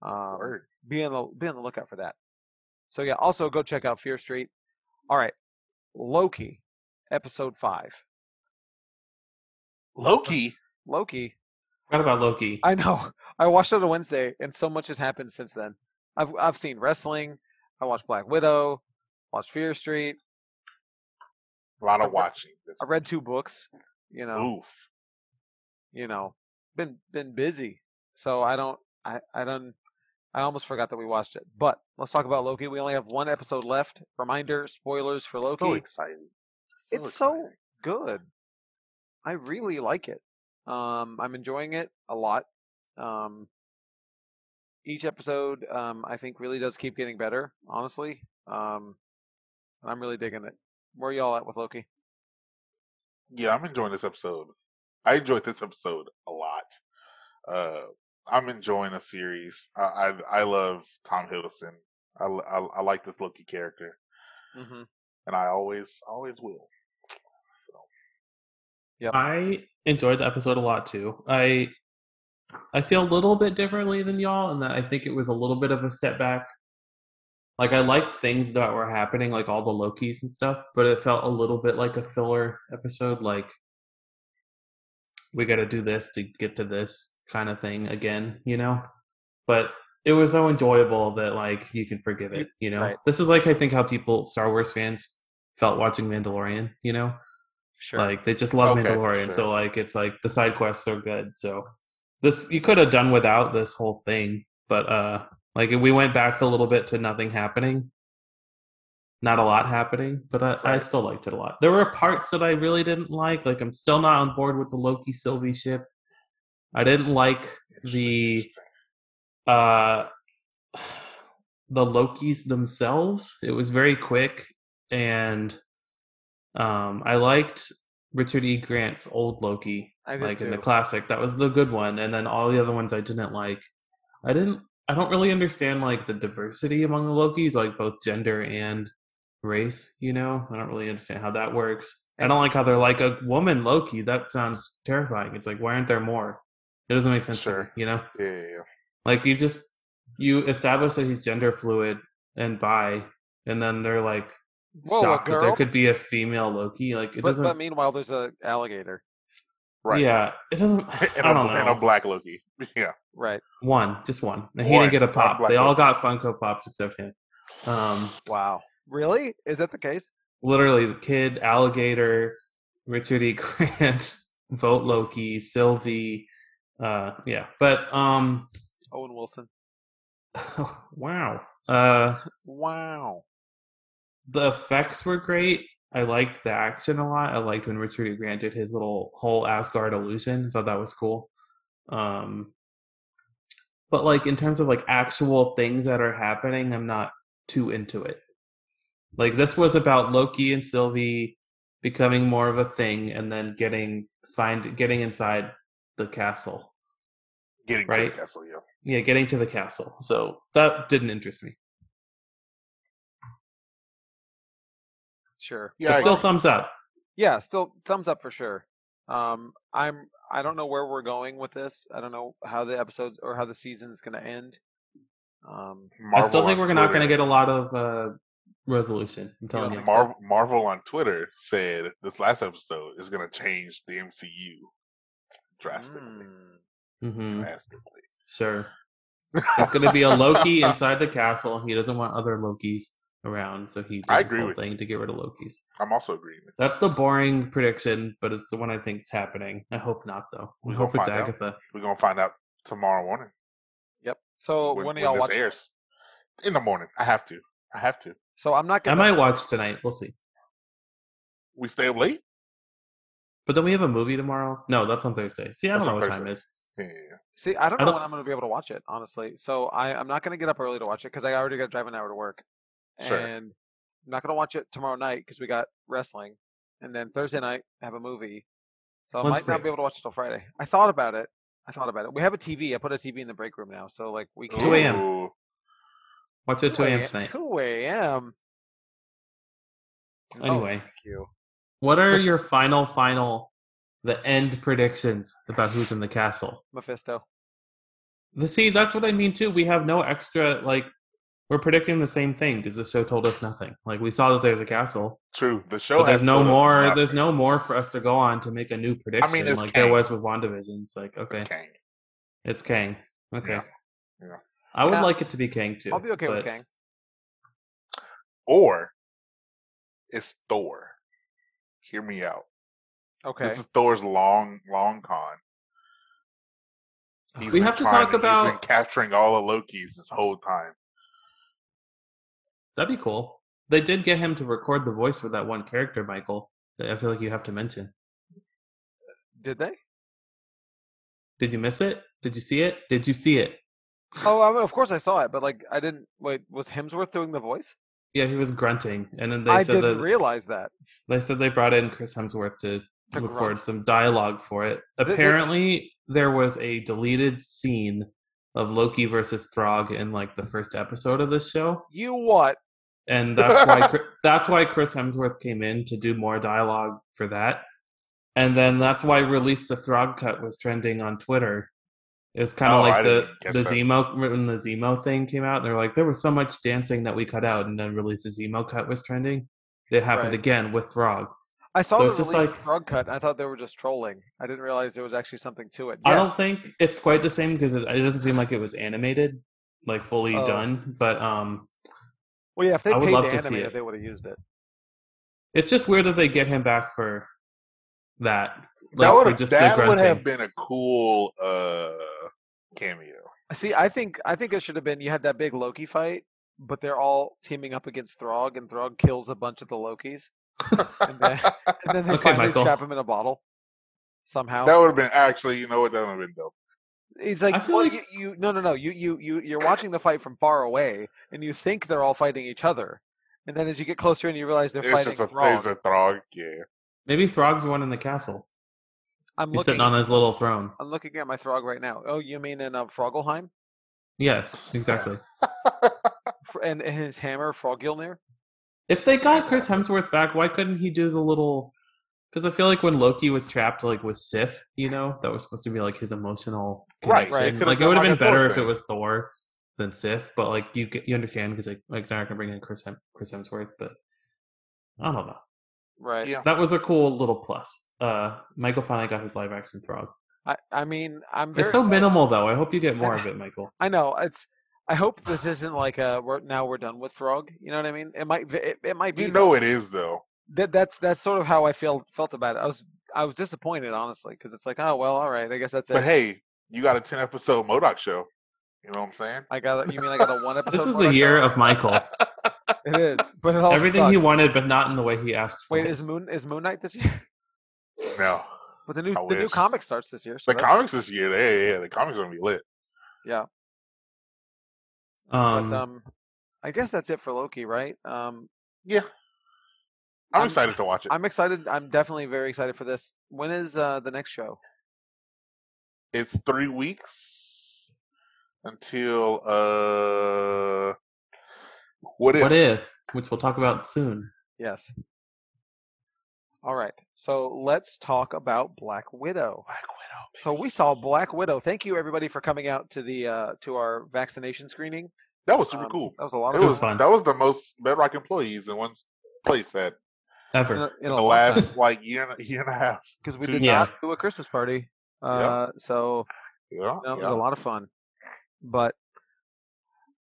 A: um,
B: Word.
A: be on the be on the lookout for that. So yeah, also go check out Fear Street. All right, Loki, episode five.
B: Loki.
A: Loki.
C: Forgot about Loki.
A: I know. I watched it on Wednesday, and so much has happened since then. I've I've seen wrestling. I watched Black Widow. Watched Fear Street.
B: A lot of watching. This
A: I read two books. You know.
B: Oof.
A: you know, been been busy. So I don't I I don't I almost forgot that we watched it. But let's talk about Loki. We only have one episode left. Reminder, spoilers for Loki.
B: So exciting.
A: it's so good. I really like it. Um I'm enjoying it a lot. Um each episode um I think really does keep getting better, honestly. Um and I'm really digging it. Where y'all at with Loki?
B: Yeah, I'm enjoying this episode. I enjoyed this episode a lot. Uh, I'm enjoying the series. I I, I love Tom Hiddleston. I, l- I I like this Loki character,
A: Mhm.
B: and I always always will. So
C: I enjoyed the episode a lot too. I I feel a little bit differently than y'all in that I think it was a little bit of a step back. Like I liked things that were happening, like all the Lokis and stuff, but it felt a little bit like a filler episode, like we gotta do this to get to this kind of thing again, you know? But it was so enjoyable that like you can forgive it, you know.
A: Right.
C: This is like I think how people Star Wars fans felt watching Mandalorian, you know?
A: Sure.
C: Like they just love
B: Okay,
C: Mandalorian,
B: sure.
C: so like it's like the side quests are good. So this you could have done without this whole thing, but uh like we went back a little bit to nothing happening. Not a lot happening, but I, I still liked it a lot. There were parts that I really didn't like. Like I'm still not on board with the Loki Sylvie ship. I didn't like the
B: interesting.
C: uh the Lokis themselves. It was very quick and um I liked Richard E. Grant's old Loki.
A: I did
C: Like in the
A: too.
C: classic. That was the good one. And then all the other ones I didn't like. I didn't I don't really understand like the diversity among the Lokis, like both gender and race, you know? I don't really understand how that works. I don't like how they're like a woman Loki. That sounds terrifying. It's like why aren't there more? It doesn't make sense to me,
B: Sure.
C: you know?
B: Yeah, yeah, yeah.
C: Like you just you establish that he's gender fluid and bi, and then they're like
A: Whoa, a
C: shocked that there
A: girl?
C: could be a female Loki. Like it
A: but,
C: doesn't.
A: but meanwhile, there's a alligator.
B: Right.
C: Yeah, it doesn't.
B: and,
C: I
B: a,
C: don't know.
B: and a black Loki. Yeah.
A: Right.
C: One, just one. And he
B: One.
C: didn't get a
B: One
C: pop.
B: black
C: They all
B: Loki.
C: got Funko Pops except him. Um,
A: Wow. Really? Is that the case?
C: literally, the kid, alligator, Richard E. Grant, vote Loki, Sylvie. Uh, yeah, but um,
A: Owen Wilson.
C: wow. Uh,
A: Wow.
C: the effects were great. I liked the action a lot. I liked when Richard E. Grant did his little whole Asgard illusion. I thought that was cool. Um, but like in terms of like actual things that are happening, I'm not too into it. Like this was about Loki and Sylvie becoming more of a thing, and then getting find getting inside the castle.
B: Getting to
C: Right.
B: the castle, yeah.
C: Yeah, getting to the castle. So that didn't interest me.
A: Sure.
B: Yeah,
C: but
B: I
C: still,
B: agree.
C: thumbs up.
A: Yeah, still thumbs up for sure. Um I'm I don't know where we're going with this. I don't know how the episode or how the season's going to end. Um
C: I still
B: Marvel
C: think
B: on
C: we're not going
B: Twitter-
C: to get a lot of uh, resolution. I'm telling
A: Yeah,
C: you.
B: Mar- Marvel on Twitter said this last episode is going to change the MCU drastically.
A: mm,
C: hmm
B: Drastically.
C: Sure. It's going to be a Loki inside the castle. He doesn't want other Lokis around, so he did
B: I
C: this
B: agree
C: whole
B: with
C: thing to get rid of Lokis.
B: I'm also agreeing. with
C: That's the boring prediction, but it's the one I think's happening. I hope not, though. We
B: We'll
C: hope it's
B: find out.
C: Agatha.
B: you. We're going to find out tomorrow morning.
A: yep. So when,
B: when,
A: do
B: when
A: y'all
B: this
A: watch?
B: airs. In the morning. I have to. I have to.
A: So I'm not
C: I
A: going
C: might watch tonight. We'll see.
B: We stay up late?
C: But then we have a movie tomorrow. No, that's on Thursday. See, I
B: That's
C: don't know
B: on
C: what time
B: Thursday.
C: it is.
B: Yeah.
A: See, I don't
C: I
A: know
C: don't-
A: when I'm going to be able to watch it, honestly. So I, I'm not going to get up early to watch it because I already got to drive an hour to work,
B: Sure.
A: and I'm not going to watch it tomorrow night because we got wrestling, and then Thursday night I have a movie, so I
C: Lunch
A: might not
C: break.
A: be able to watch it till Friday. I thought about it. I thought about it. We have a TV. I put a TV in the break room now, so like we can
C: 2 a.m.
B: Ooh.
C: Watch it at 2 a.m. tonight.
A: Oh, Two a.m. No,
C: Anyway.
A: thank you.
C: What are your final, final, the end predictions about who's in the castle?
A: Mephisto.
C: The, see, that's what I mean too. We have no extra like we're predicting the same thing because the show told us nothing. Like we saw that there's a castle,
B: True. The show
C: but there's
B: has
C: no
B: told us
C: more.
B: nothing.
C: There's no more for us to go on to make a new prediction.
B: it's
C: like
B: Kang.
C: there was with Wandavision. It's like okay,
B: It's Kang.
C: it's Kang. Okay,
B: Yeah. Yeah.
C: I would
A: Yeah.
C: like it to be Kang too.
A: I'll be okay with
C: but-
A: Kang.
B: Or it's Thor. Hear me out.
A: Okay.
B: This is Thor's long, long con. He's
C: Oh, we
B: been
C: have to
B: trying-
C: talk about
B: He's been capturing all the Lokis this whole time.
C: that'd be cool. They did get him to record the voice for that one character, Michael. That I feel like you have to mention.
A: Did they?
C: Did you miss it? Did you see it? Did you see it?
A: Oh, I mean, of course I saw it, but like I didn't. Wait, was Hemsworth doing the voice?
C: Yeah, he was grunting, and then they
A: I
C: said
A: didn't
C: that
A: realize that.
C: they said they brought in Chris Hemsworth to,
A: To
C: record
A: grunt.
C: some dialogue for it.
A: they-
C: Apparently, there was a deleted scene of Loki versus Throg in like the first episode of this show,
A: You what?
C: and that's why Chri- that's why Chris Hemsworth came in to do more dialogue for that, and then that's why release the Throg cut was trending on Twitter. It was kind of
B: Oh, I
C: like the
B: didn't get
C: the
B: that.
C: Zemo when the Zemo thing came out. They're like, there was so much dancing that we cut out, and then release the Zemo cut was trending. It happened
A: Right.
C: again with Throg.
A: I saw
C: So
A: the
C: it's just
A: release like,
C: like-
A: frog cut. And I thought they were just trolling. I didn't realize there was actually something to it.
C: I
A: Yes,
C: don't think it's quite the same because it, it doesn't seem like it was animated, like fully
A: Oh.
C: done. But um,
A: well, yeah. If they
C: I would
A: paid
C: love
A: the
C: to see
A: animator,
C: it.
A: they would have used it.
C: it's just weird that they get him back for that.
B: that
C: for
B: would have
C: just the
B: that would have
C: grunting.
B: been a cool uh cameo.
A: See, I think I think it should have been. You had that big Loki fight, but they're all teaming up against Throg, and Throg kills a bunch of the Lokis, and then, and then they
C: Okay,
A: finally
C: Michael.
A: trap him in a bottle. Somehow,
B: That would have been actually, you know what, that would have been dope.
A: he's like,
C: I feel
A: well,
C: like-
A: you, you, no, no, no, you, you, you, you're watching the fight from far away, and you think they're all fighting each other, and then as you get closer, in, you realize they're
B: It's
A: fighting
B: just a
A: Throg.
B: it's a throg, yeah.
C: Maybe Throg's the one in the castle.
A: I'm
C: He's
A: looking
C: sitting on his little throne.
A: I'm looking at my Throg right now. Oh, you mean in uh, Frogelheim?
C: Yes, exactly.
A: Fr- and and his hammer, Frogilnir?
C: If they got Chris Hemsworth back, why couldn't he do the little? Because I feel like when Loki was trapped, like with Sif, you know, that was supposed to be like his emotional
A: right.
B: Right,
C: connection.
B: It could've
C: Like it
B: been
C: would have
B: like
C: been
B: a Thor
C: better if it
B: thing.
C: was Thor than Sif, but like you get- you understand because like like now I can bring in Chris Hem- Chris Hemsworth, but I don't know.
A: Right.
B: Yeah.
C: That was a cool little plus. Uh, Michael finally got his live action Throg.
A: I, I mean, I'm very
C: It's so
A: excited.
C: minimal though. I hope you get more of it, Michael.
A: I know it's. I hope this isn't like a we're, now we're done with Throg. You know what I mean? It might. It, it might be.
B: You
A: though.
B: know it is though.
A: that that's that's sort of how I feel felt about it. I was I was disappointed honestly because it's like oh well all right I guess that's
B: But
A: it.
B: hey, you got a ten episode Modoc show. You know what I'm saying?
A: I got you mean I got a one episode.
C: This is
A: photo
C: the year
A: show?
C: of Michael.
A: it is, but it all
C: Everything he
A: sucks.
C: wanted, but not in the way he asked for.
A: Wait,
C: it.
A: is Moon is Moon Knight this year?
B: No,
A: But the new
B: I
A: the new
B: wish.
A: comic starts this year. So
B: the
A: that's-
B: comics this year. Yeah, yeah, the comics are gonna be lit.
C: um,
A: but, um, I guess that's it for Loki, right? Um,
B: Yeah, I'm,
A: I'm-
B: excited to watch it.
A: I'm excited. I'm definitely very excited for this. When is uh the next show?
B: it's three weeks until uh, what if?
C: what if? Which we'll talk about soon.
A: Yes. All right. So let's talk about Black Widow.
B: Black Widow. baby.
A: So we saw Black Widow. Thank you everybody for coming out to the uh, to our vaccination screening.
B: that was super
A: Um,
B: cool.
A: That was a lot
B: It
A: of
B: was
A: fun
C: fun.
B: that was the most Bedrock employees in one place at
A: in
C: Ever.
A: a, in a
B: the last like year and a, year and a half.
A: because we
B: two-
A: did
C: Yeah.
A: not do a Christmas party. Uh, So
B: Yeah,
A: no, it was
B: yeah.
A: a lot of fun. But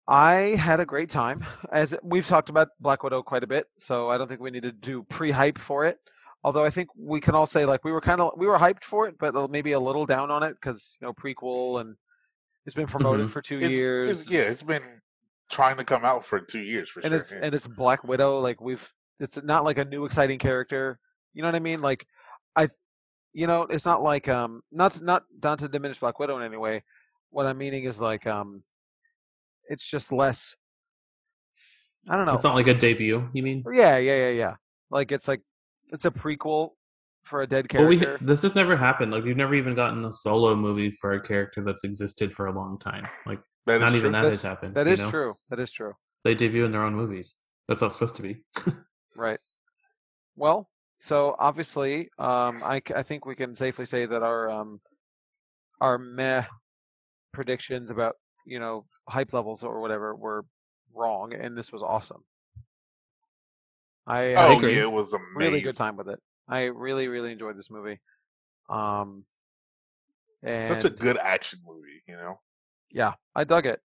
A: I had a great time. As we've talked about Black Widow quite a bit, so I don't think we need to do pre-hype for it. Although I think we can all say like we were kind of we were hyped for it, but a- maybe a little down on it because you know prequel and it's been promoted
B: Mm-hmm.
A: for two
B: It's-
A: years.
B: It's, yeah, it's been trying to come out for two years for
A: and
B: sure.
A: it's
B: yeah.
A: and it's Black Widow. Like we've, it's not like a new exciting character. You know what I mean? Like I, you know, it's not like um, not not not to diminish Black Widow in any way. What I'm meaning is like um, it's just less. I don't know.
C: It's not like a debut. You mean?
A: yeah, yeah, yeah, yeah. Like it's like it's a prequel for a dead
C: Well, we,
A: character.
C: this has never happened. Like we've never even gotten a solo movie for a character that's existed for a long time. Like
B: That
C: not
B: is
C: even
B: true.
C: that
A: That's-
C: has happened.
A: that
C: you
A: is
C: know?
A: true. That is true.
C: They debut in their own movies. That's how it's supposed to be.
A: Right. Well, so obviously, um, I, c- I think we can safely say that our um, our meh predictions about you know hype levels or whatever were wrong, and this was awesome. I,
B: Oh
A: I
B: yeah,
C: agree.
B: it was amazing.
A: really good time with it. I really really enjoyed this movie. Um, and
B: Such a good action movie, you know.
A: yeah, I dug it.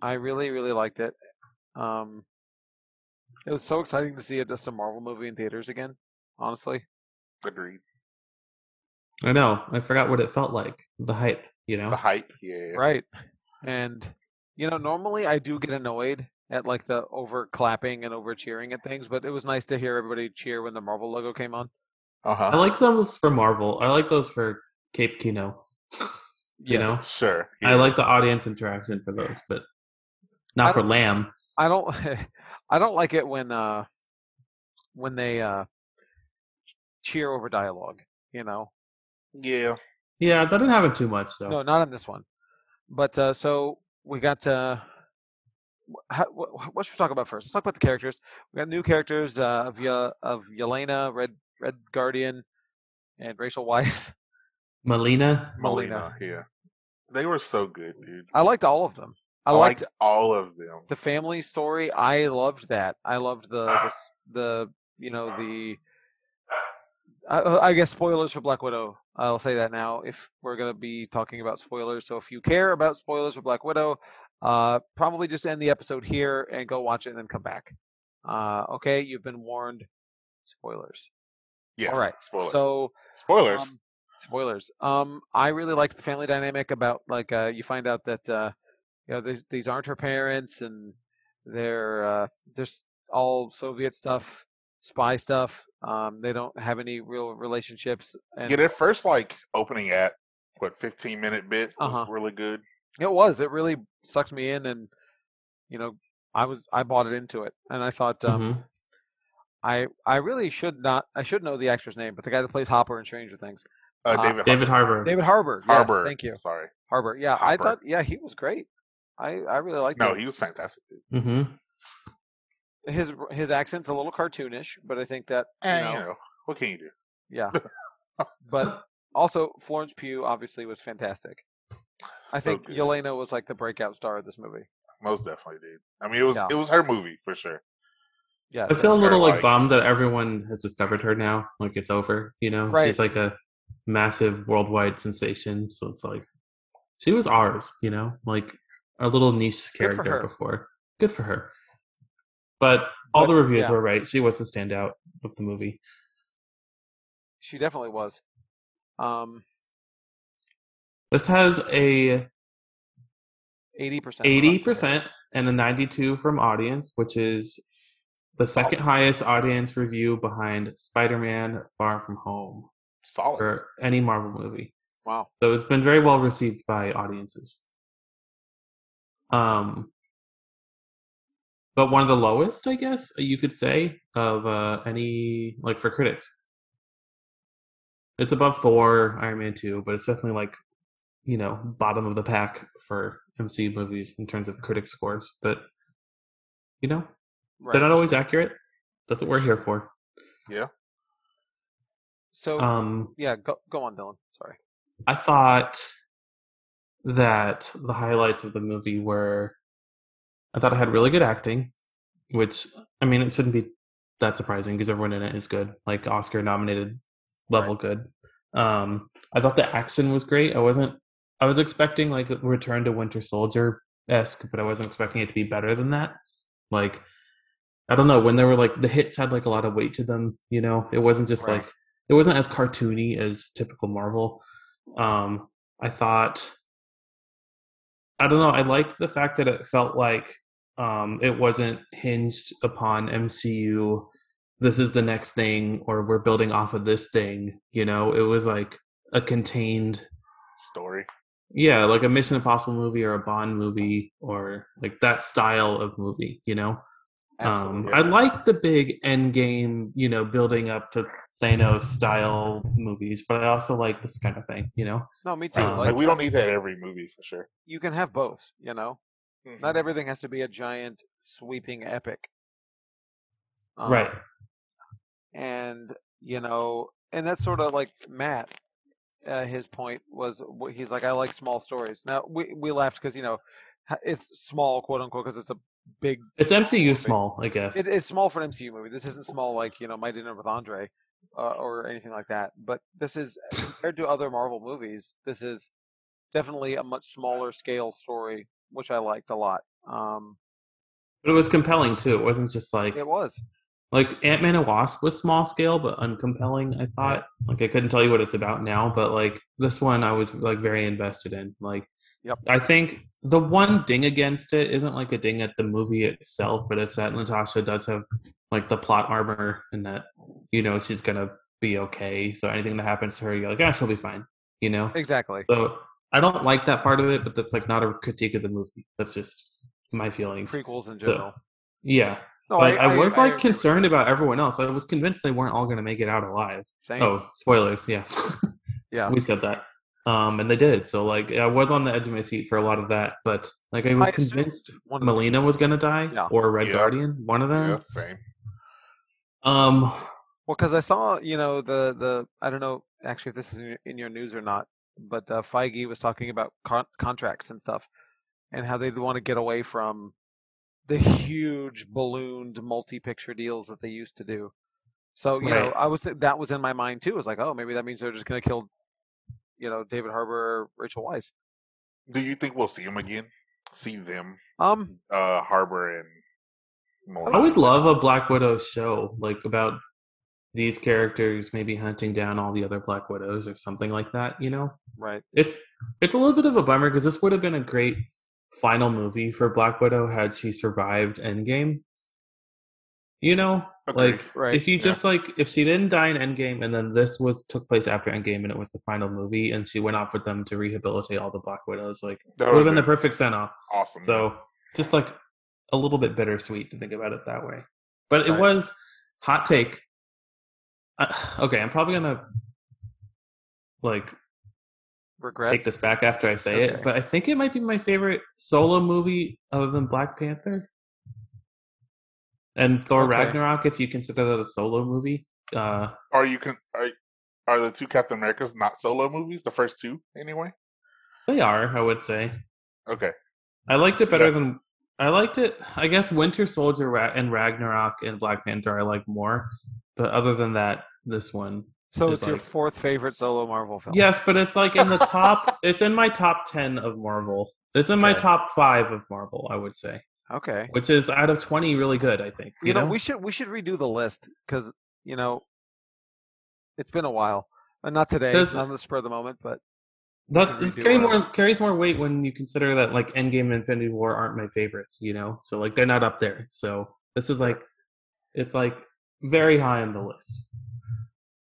A: I really, really liked it. Um, it was so exciting to see it just a Marvel movie in theaters again. Honestly,
B: Agreed.
C: I know. I forgot what it felt like. The hype. You know.
B: The hype, yeah.
A: right? And you know, normally I do get annoyed at like the over clapping and over cheering at things, but it was nice to hear everybody cheer when the Marvel logo came on.
B: Uh
C: I
B: huh.
C: like those for Marvel. I like those for Cape Kino. You know.
B: Sure.
C: I
B: yeah.
C: like the audience interaction for those, but not
A: I
C: for
A: don't-
C: Lamb.
A: I don't I don't like it when uh when they uh cheer over dialogue, you know.
B: Yeah.
C: Yeah, that didn't happen too much though.
A: No, not on this one. But uh, so we got. Uh, wh- how, wh- what should we talk about first? Let's talk about the characters. We got new characters uh, of Ye- of Yelena, Red Red Guardian, and Rachel Weisz.
C: Melina.
B: Melina, yeah. They were so good, dude.
A: I liked all of them. I,
B: I
A: liked,
B: liked all of them.
A: the family story. I loved that. I loved the the, s- the you know the. I, I guess spoilers for Black Widow. I'll say that now if we're gonna be talking about spoilers. So if you care about spoilers for Black Widow, uh, probably just end the episode here and go watch it and then come back. Uh, okay, you've been warned. Spoilers.
B: Yes.
A: All right.
B: Spoilers.
A: So
B: Spoilers.
A: um, spoilers. Um, I really liked the family dynamic about like uh, you find out that uh, you know these these aren't her parents and they're uh, there's all Soviet stuff, spy stuff. Um, they don't have any real relationships. And
B: yeah, their first like opening at what 15 minute bit was
A: Uh-huh.
B: really good.
A: it was it really sucked me in, and you know I was I bought it into it, and I thought um,
C: Mhm.
A: I I really should not I should know the actor's name, but the guy that plays Hopper in Stranger Things,
B: Uh,
A: Uh,
B: David,
C: David Harbour.
A: David Harbour. Yes,
B: Harbor.
A: thank you,
B: Sorry.
A: Harbour. Yeah, I
B: Hopper.
A: thought yeah he was great. I, I really liked it.
B: No, he was fantastic. Dude.
C: hmm
A: his his accent's a little cartoonish, but I think that you
B: And,
A: know,
B: you know, what can you do?
A: yeah. but also Florence Pugh obviously was fantastic. I
B: So
A: think
B: good.
A: Yelena was like the breakout star of this movie.
B: Most definitely, dude. I mean, it was
A: Yeah.
B: it was her movie for sure.
A: Yeah.
C: I feel a
B: Very
C: little like
B: like-
C: bummed that everyone has discovered her now. Like it's over, you know.
A: Right.
C: She's like a massive worldwide sensation, so it's like she was ours, you know, like a little niche
A: Good for
C: character
A: her.
C: before. Good for her. But all
A: But,
C: the reviews
A: yeah.
C: were right. She was the standout of the movie.
A: She definitely was. Um,
C: This has a
A: 80%.
C: eighty percent and a ninety-two from audience, which is the second highest audience review behind Spider-Man: Far From Home
B: Solid.
C: or any Marvel movie.
A: Wow.
C: So it's been very well received by audiences. Um, but one of the lowest, I guess you could say, of uh, any like for critics. It's above Thor, Iron Man two, but it's definitely like, you know, bottom of the pack for MCU movies in terms of critic scores. But you know,
A: Right.
C: they're not always accurate. That's what we're here for.
A: so,
C: Um,
A: yeah, go, go on, Dylan. Sorry.
C: I thought that the highlights of the movie were I thought it had really good acting, which I mean it shouldn't be that surprising because everyone in it is good, like Oscar nominated level good. Um I thought the action was great. I wasn't I was expecting like a return to Winter Soldier esque, but I wasn't expecting it to be better than that. Like I don't know, when there were like the hits had like a lot of weight to them, you know. It wasn't just
A: Right.
C: like it wasn't as cartoony as typical Marvel. Um I thought I don't know, I liked the fact that it felt like um it wasn't hinged upon MCU this is the next thing or we're building off of this thing, you know. It was like a contained
B: Story.
C: yeah, like a Mission Impossible movie or a Bond movie or like that style of movie, you know? Um,
A: Absolutely.
C: I like the big end game, you know, building up to Thanos style movies, but I also like this kind of thing, you know?
A: no, me too.
C: um,
A: like,
B: Like we don't need that every movie for sure.
A: you can have both, you know?
B: Mhm.
A: Not everything has to be a giant, sweeping epic. Um,
C: right.
A: and you know and that's sort of like matt uh, his point was wh- he's like i like small stories now we we laughed because you know h- it's small quote unquote because it's a big
C: It's MCU small, I guess.
A: it, it's small for an mcu movie this isn't small like you know my dinner with andre uh, or anything like that but this is compared to other marvel movies this is definitely a much smaller scale story which i liked a lot um
C: but it was compelling too. It wasn't just like
A: it was
C: like Ant Man and Wasp was small scale but uncompelling, I thought. Like I couldn't tell you what it's about now, but like this one I was like very invested in. Like
A: Yep.
C: I think the one ding against it isn't like a ding at the movie itself, but it's that Natasha does have like the plot armor and that you know she's gonna be okay. So anything that happens to her, you're like, ah, she'll be fine. You know?
A: exactly
C: So I don't like that part of it, but that's like not a critique of the movie. That's just my feelings.
A: prequels in general
C: Yeah.
A: no
C: Like, I, was
A: agree
C: like
A: with you.
C: concerned about everyone else. I was convinced they weren't all going to make it out alive.
A: Same.
C: Oh, spoilers! Yeah,
A: yeah
C: we said that, um, and they did. So like, I was on the edge of my seat for a lot of that, but like, I was
A: I assumed
C: convinced
A: one of the-
C: Melina was going to die
A: Yeah.
C: or Red
B: Yeah.
C: Guardian, one of
B: Mm-hmm. Yeah,
C: them.
B: same.
C: Um,
A: Well, because I saw, you know, the the I don't know actually if this is in your, in your news or not, but uh, Feige was talking about con- contracts and stuff, and how they want to get away from the huge ballooned multi-picture deals that they used to do. So you know,
C: Right.
A: I was th- that was in my mind too. It was like, oh, maybe that means they're just going to kill, you know, David Harbour, Rachel Weisz.
B: Do you think we'll see him again? See them,
A: Um,
B: uh, Harbor and
C: I
B: Melissa.
C: would love a Black Widow show, like about these characters maybe hunting down all the other Black Widows or something like that. You know,
A: right.
C: it's it's a little bit of a bummer because this would have been a great final movie for Black Widow had she survived Endgame. You know,
B: Agreed.
C: like
A: Right,
C: if you
B: yeah.
C: just like if she didn't die in Endgame and then this was took place after Endgame and it was the final movie and she went off with them to rehabilitate all the Black Widows, like
B: That
C: it would have
B: would Mm-hmm.
C: been the perfect send off.
B: awesome.
C: So just like a little bit bittersweet to think about it that way. But it
A: Right.
C: was hot take. Uh, okay, I'm probably gonna like
A: Regret.
C: take this back after I say
A: Okay.
C: it, but I think it might be my favorite solo movie other than Black Panther and Thor
A: Okay.
C: Ragnarok. If you consider that a solo movie, uh,
B: are you can are, are the two Captain Americas not solo movies? The first two, anyway.
C: they are. I would say
B: Okay,
C: I liked it better
B: Yeah.
C: than I liked it. I guess Winter Soldier Ra- and Ragnarok and Black Panther I like more, but other than that, this one.
A: So
C: It's
A: it's your
C: like-
A: fourth favorite solo Marvel film.
C: Yes, but it's like in the top. it's in my top ten of Marvel. It's in my
B: Okay.
C: top five of Marvel. I would say,
A: Okay.
C: which is out of twenty, really good. I think.
A: You know, we should we should redo the list because you know it's been a while. Uh, not today.
C: Does-
A: not on the spur of the moment, but
C: That
A: Should we
C: it's
A: do
C: carry
A: a-
C: more carries more weight when you consider that like Endgame and Infinity War aren't my favorites, you know. So like they're not up there. So this is like it's like very high on the list.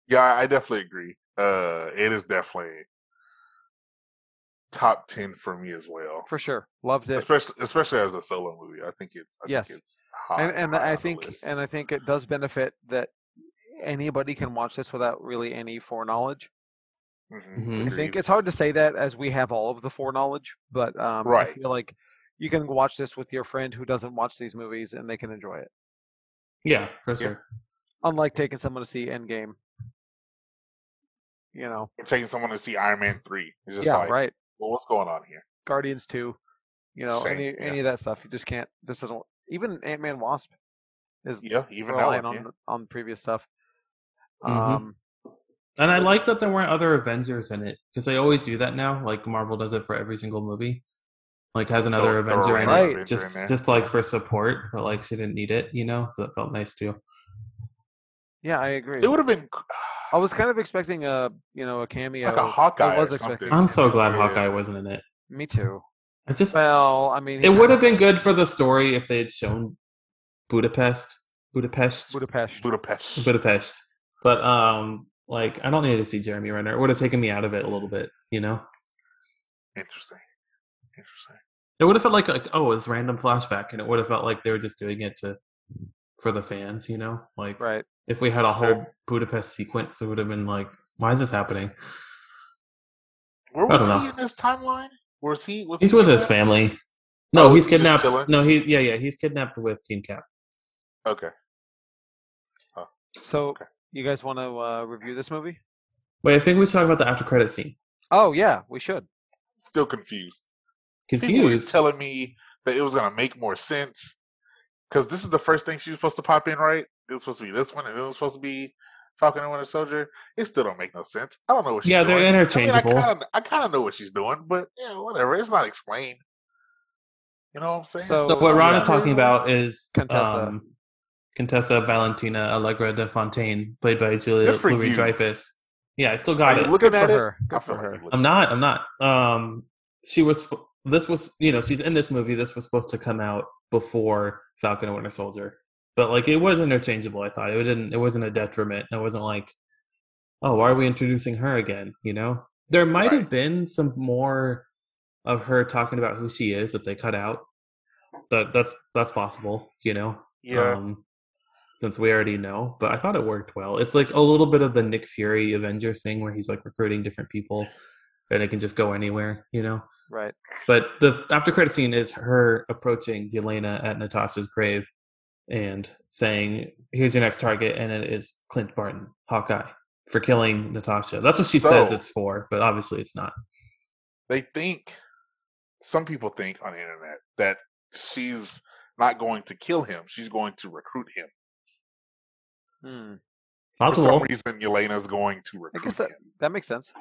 B: Yeah, I definitely agree. Uh, it is definitely top ten for me as well.
A: for sure, loved it.
B: Especially, especially as a solo movie, I think it's. I
A: Yes.
B: think it's high,
A: and and
B: high on
A: I
B: the
A: think
B: list.
A: and I think it does benefit that anybody can watch this without really any foreknowledge.
B: Mhm,
C: Mhm. I
A: I think
B: agreed.
A: it's hard to say that as we have all of the foreknowledge, but um, I
B: Right.
A: feel like you can watch this with your friend who doesn't watch these movies and they can enjoy it.
C: Yeah, for
B: Yeah.
C: sure.
A: Unlike taking someone to see Endgame, you know,
B: We're taking someone to see Iron Man three. It's just
A: yeah,
B: like,
A: right.
B: well, what's going on here?
A: Guardians two, you know,
B: Same,
A: any
B: yeah.
A: any of that stuff. You just can't. This doesn't. wo- Even Ant Man Wasp is
B: Yeah, even that
A: relying
B: one.
A: on
B: yeah. Mm-hmm.
A: the- on previous stuff.
C: Mhm.
A: Um,
C: And I like that there weren't other Avengers in it because they always do that now. Like Marvel does it for every single movie, like has
B: Throw-
C: another
B: throw
C: Avenger in
B: random
C: it,
A: Right.
B: Avenger
C: just
B: in there.
C: just like for support, but like she didn't need it, you know. So that felt nice too.
A: yeah, I agree.
B: It would have been c-
A: I was kind of expecting a you know a cameo.
B: like a Hawkeye.
A: I was
B: or
A: expecting.
B: something.
C: I'm so glad
B: Yeah.
C: Hawkeye wasn't in it.
A: Me too.
C: It's just
A: Well, I mean, he
C: It
A: turned
C: would
A: out-
C: have been good for the story if they had shown Budapest, Budapest,
A: Budapest.
B: Budapest.
C: Budapest. But um, like I don't need to see Jeremy Renner. It would have taken me out of it a little bit, you know.
B: Interesting. Interesting.
C: It would have felt like like oh, it's random flashback, and it would have felt like they were just doing it to for the fans, you know. Like
A: Right.
C: if we had a whole
B: Sure.
C: Budapest sequence, it would have been like, why is this happening?
B: Where
C: I
B: was
C: don't
B: he
C: know.
B: in this timeline? Was he? Was
C: He's
B: he
C: with his
B: kidnapped?
C: family. No,
B: Oh,
C: he's
B: he's just
C: kidnapped.
B: chilling?
C: No, he's yeah, yeah, he's kidnapped with Team Cap.
B: Okay.
A: So,
B: Okay.
A: you guys want to uh, review this movie?
C: Wait, I think we should talk about the after credit scene.
A: Oh yeah, we should.
B: Still confused. People were
C: Confused.
B: telling me that it was gonna make more sense because this is the first thing she was supposed to pop in, right? It was supposed to be this one, and it was supposed to be Falcon and Winter Soldier. It still don't make no sense. I don't know what she's
C: Yeah,
B: doing.
C: they're
B: I, mean,
C: interchangeable.
B: I kind of I kind of know what she's doing, but yeah, whatever. It's not explained. You know what I'm saying?
A: So-
C: So what Ron
A: Yeah.
C: is talking about is
A: Contessa.
C: um, Contessa Valentina Allegra de Fontaine, played by Julia
B: Good for
C: Louis
B: you.
C: Dreyfus. Yeah, I still
B: Are
C: got
B: you
C: it.
B: looking
A: Good
B: at
A: for
B: it?
A: her.
B: I
A: Good
B: feel
A: for
B: like
A: her.
B: you're looking-
C: I'm not. I'm not. Um, she was. This was. You know, she's in this movie. This was supposed to come out before Falcon and Winter Soldier, but like it was interchangeable. I thought it didn't. It wasn't a detriment. It wasn't like, oh, why are we introducing her again? You know, there might have been some more of her talking about who she is that they cut out. That that's that's possible. You know,
B: Yeah.
C: um, since we already know. But I thought it worked well. It's like a little bit of the Nick Fury Avengers thing where he's like recruiting different people and it can just go anywhere, you know?
A: Right.
C: But the after credit scene is her approaching Yelena at Natasha's grave and saying, Here's your next target. And it is Clint Barton, Hawkeye, for killing Natasha. That's what she
B: So-
C: says it's for, but obviously it's not.
B: they think some people think on the internet that she's not going to kill him. She's going to recruit him.
A: Hmm.
B: For some
C: Possible.
B: reason, Yelena's going to recruit
A: guess that-
B: him.
A: That makes sense.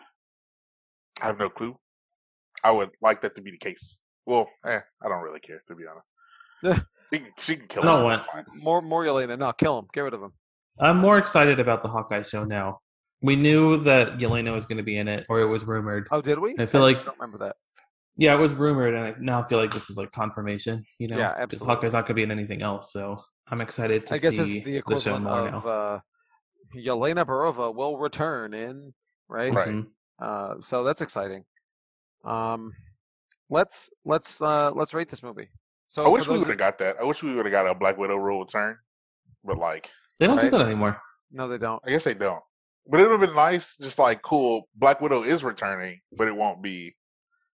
B: I have no clue. I would like that to be the case. Well, eh, I don't really care to be honest. she, can, she can kill
C: No
B: him.
C: one-
B: that's fine.
A: More, more Yelena. No, kill him. Get rid of him.
C: I'm more excited about the Hawkeye show now. We knew that Yelena was going to be in it, or it was rumored.
A: Oh, did we?
C: I feel like-
A: don't remember that.
C: Yeah, it was rumored, and I now feel like this is like confirmation. You know,
A: Yeah,
C: 'Cause
A: absolutely.
C: Hawkeye's not going to be in anything else, so I'm excited to
A: I guess
C: see
A: it's the
C: the show
A: equivalent
C: more
A: of
C: now.
A: uh, Yelena Barova will return in right.
B: Right.
C: Mhm.
A: Uh, so that's exciting. Um, let's let's uh, let's rate this Oh, movie. So
B: I wish
A: for
B: we
A: those
B: would have got that. I wish we would have got a Black Widow rule return, but like,
C: They don't do
A: Right.
C: that anymore.
A: who- no, they don't.
B: I guess they don't. But it would have been nice, just like cool. Black Widow is returning, but it won't be.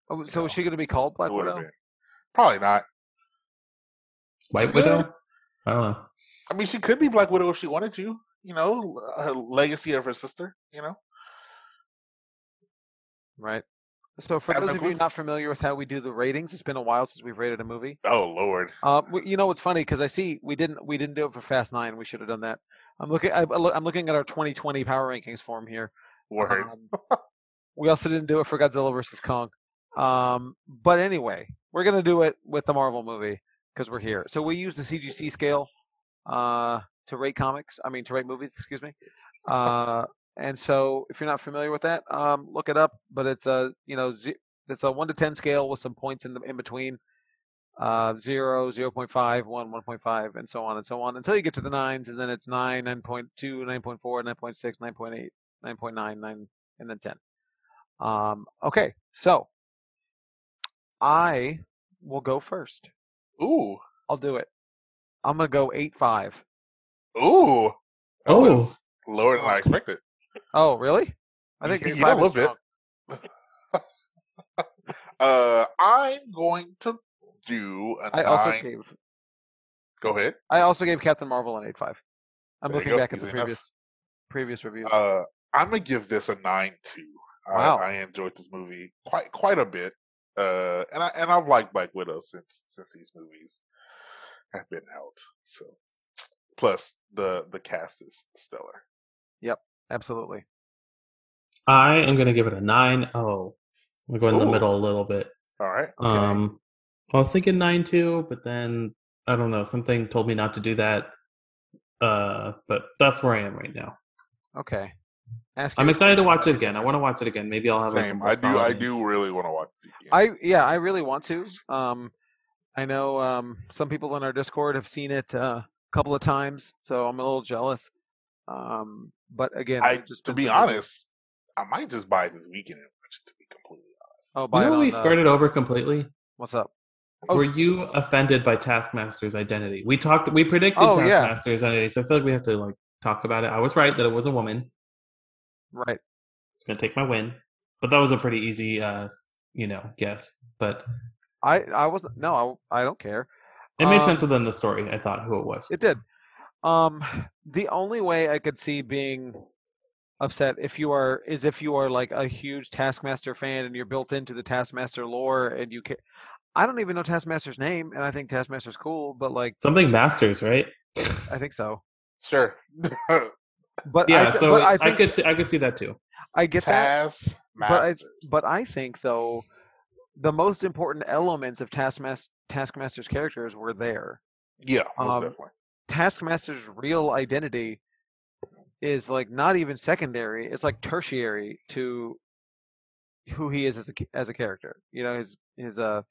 A: Oh, so
B: No.
A: is she going to be called Black
B: it would've
A: Widow?
B: been. Probably not.
C: White
B: Good.
C: Widow. I don't know.
B: I mean, she could be Black Widow if she wanted to. You know, her legacy of her sister. You know,
A: Right. So, for
B: Have
A: those
B: no
A: of you
B: clue.
A: not familiar with how we do the ratings, it's been a while since we've rated a movie.
B: Oh Lord.
A: Uh, we- you know what's funny because I see we didn't we didn't do it for Fast Nine. We should have done that. I'm looking I, I look- I'm looking at our 2020 Power Rankings form here.
B: Word.
A: Um, we also didn't do it for Godzilla versus Kong. Um, but anyway, we're gonna do it with the Marvel movie because we're here. So we use the CGC scale uh, to rate comics. I mean, to rate movies. Excuse me. Uh, and so, if you're not familiar with that, um, look it up. But it's a you know ze- it's a one to ten scale with some points in the in between. Uh, 0, 0.5, 1, 1.5, and so on and so on until you get to the nines, and then it's 9, 9.2, 9.4, 9.6, 9.8, 9.9, 9, and then 10. Um, okay, so I will go first.
B: Uh-huh. Ooh.
A: I'll do it. I'm going to go 8 5.
B: Ooh. That
C: Oh.
B: was lower than I expected.
A: Oh, really? I think
B: You
A: 8 5
B: know a
A: is
B: little bit.
A: strong.
B: Uh I'm going to do a
A: I also
B: nine-
A: gave
B: Go ahead.
A: I also gave Captain Marvel an 8 5. I'm
B: There you
A: looking
B: go,
A: back at the
B: easy enough.
A: previous previous reviews.
B: Uh, I'm gonna give this a nine two.
A: Wow.
B: I, I enjoyed this movie quite quite a bit. Uh, and I and I've liked Black Widow since since these movies have been out. So plus the the cast is stellar.
A: Absolutely.
C: I am going to give it a 9 0. I'll go in the
B: Ooh.
C: middle a little bit.
B: All right.
C: Um, I was thinking 9 2, but then I don't know. Something told me not to do that. Uh, but that's where I am right now.
A: Okay. Ask
C: I'm
A: your-
C: excited to watch it again. I want to watch it again. Maybe I'll have like, a
B: Same.
C: more
B: I do
C: solid
B: I
C: answer.
B: do really want to watch it again.
A: I yeah, I really want to. Um, I know um, some people in our Discord have seen it uh, a couple of times, so I'm a little jealous. Um, but again,
B: I-
A: we've just
B: to
A: been
B: be
A: so busy.
B: honest, I might just buy it this weekend and watch it to be completely honest.
A: oh,
C: You
A: buy
C: know
A: it
C: what we
A: on, uh,
C: skirted over completely?
A: what's up? Oh.
C: Were you offended by Taskmaster's identity? We talked. We predicted
A: Oh, yeah.
C: Taskmaster's identity, so I feel like we have to like talk about it. I was right that it was a woman.
A: Right.
C: It's gonna take my win, but that was a pretty easy, uh, you know, guess. But
A: I I wasn't. No, I I don't care.
C: it made
A: Um,
C: sense within the story. I thought who it was.
A: It did. Um, the only way I could see being upset if you are is if you are like a huge Taskmaster fan and you're built into the Taskmaster lore and you can. I don't even know Taskmaster's name, and I think Taskmaster's cool, but like
C: Something Masters, right?
A: I think so.
B: Sure.
A: But I
C: Yeah.
A: th-
C: so
A: but
C: I,
A: I think
C: could see. I could see that too.
A: I get that,
B: Task
A: but I,
B: Master.
A: but I think though the most important elements of Taskmas- Taskmaster's characters were there.
B: Yeah, most
A: um,
B: definitely.
A: Taskmaster's real identity is like not even secondary; it's like tertiary to who he is as a ca- as a character. You know, his his uh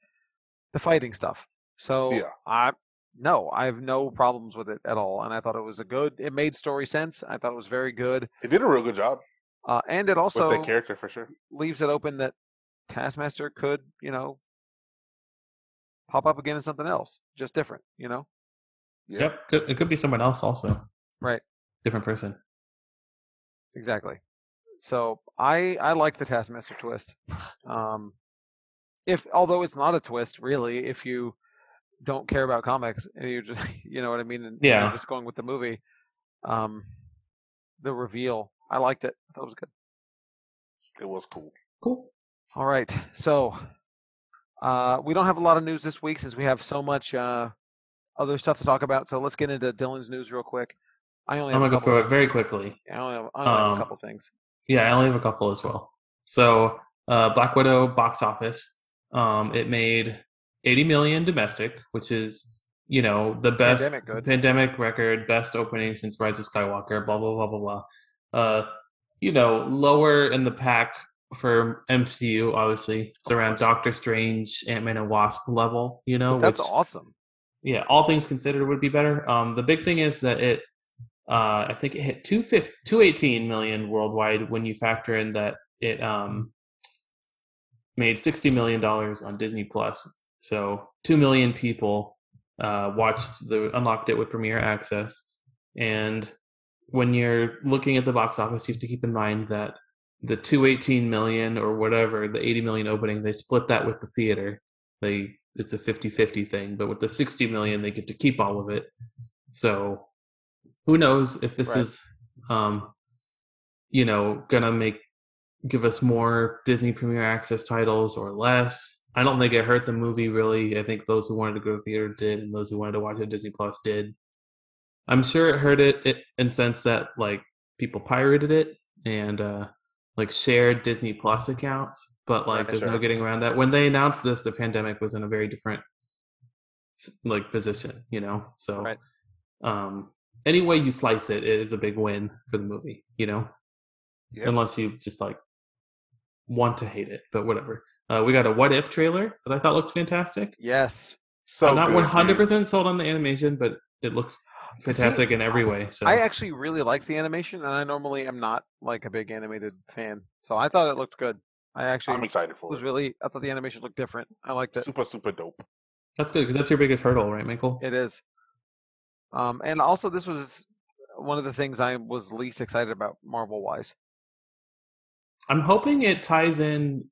A: the fighting stuff. So
B: Yeah.
A: I no, I have no problems with it at all, and I thought it was a good. It made story sense. I thought it was very good,
B: They did a real good job
A: uh, and it also
B: with that character for sure.
A: leaves it open that Taskmaster could, you know, pop up again in something else, just different, you know.
B: Yeah.
C: Yep. Could, it could be someone else also.
A: Right.
C: Different person.
A: Exactly. So I I like the Taskmaster twist. Um, if although it's not a twist really, if you don't care about comics and you're just you know what I mean, and you're
C: Yeah.
A: just going with the movie, um, the reveal I liked it. That was good.
B: It was cool.
C: Cool.
A: All right. So uh, we don't have a lot of news this week since we have so much uh, other stuff to talk about. So let's get into Dylan's news real quick. I only
C: I'm
A: have
C: gonna
A: a
C: go
A: couple
C: through it
A: things.
C: very quickly.
A: I only have, I only have a
C: Um,
A: couple things.
C: Yeah, I only have a couple as well. So, uh, Black Widow box office, um, it made 80 million domestic, which is you know the best
A: Pandemic good.
C: pandemic record, best opening since Rise of Skywalker. Blah blah blah blah blah. Uh, you know, lower in the pack for MCU, obviously. It's
A: Of
C: around
A: course.
C: Doctor Strange, Ant Man, and Wasp level. You know,
A: That's
C: which-
A: awesome.
C: yeah, all things considered would be better. Um, the big thing is that it, uh, I think it hit 250 218 million worldwide when you factor in that it um, made $60 million on Disney Plus. So 2 million people uh, watched the unlocked it with Premiere Access. And when you're looking at the box office, you have to keep in mind that the 218 million or whatever, the 80 million opening, they split that with the theater they it's a 50-50 thing but with the 60 million they get to keep all of it so who knows if this
A: Right.
C: is um you know gonna make give us more Disney Premier Access titles or less. I don't think it hurt the movie really. I think those who wanted to go to the theater did, and those who wanted to watch it on Disney Plus did. I'm sure it hurt it, it in sense that like people pirated it and uh, like shared Disney Plus accounts, but like
A: Right,
C: there's no
A: sure.
C: getting around that. When they announced this, the pandemic was in a very different s- like position, you know. So,
A: Right.
C: um, any way you slice it, it is a big win for the movie, you know.
B: Yeah.
C: Unless you just like want to hate it, but whatever. Uh, we got a what if trailer that I thought looked fantastic.
A: Yes.
B: So
C: I'm not
B: good,
C: 100
B: dude.
C: percent sold on the animation, but it looks fantastic in every way. So
A: I actually really like the animation, and I normally am not like a big animated fan. So I thought it looked good. I
B: I'm
A: actually
B: excited for
A: was
B: it.
A: really I thought the animation looked different. I liked it.
B: Super, super dope.
C: that's good because that's your biggest hurdle, right, Michael?
A: It is. Um, and also this was one of the things I was least excited about Marvel wise.
C: I'm hoping it ties in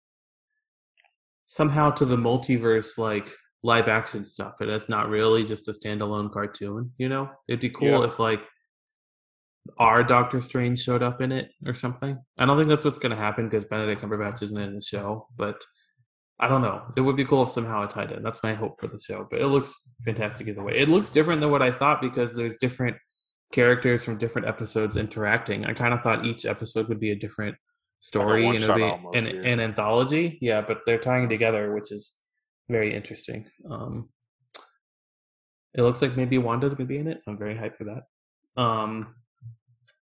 C: somehow to the multiverse, like live action stuff, but that's not really just a standalone cartoon. You know, it'd be cool
B: Yeah.
C: if like our Doctor Strange showed up in it or something. I don't think that's what's going to happen because Benedict Cumberbatch isn't in the show, but I don't know. It would be cool if somehow it tied in. That's my hope for the show, but it looks fantastic either way. It looks different than what I thought because there's different characters from different episodes interacting. I kind of thought each episode would be a different story and it'd
B: one-shot
C: be
B: almost,
C: an,
B: yeah.
C: an anthology. Yeah, but they're tying together, which is very interesting. Um, it looks like maybe Wanda's gonna be in it, so I'm very hyped for that. Um,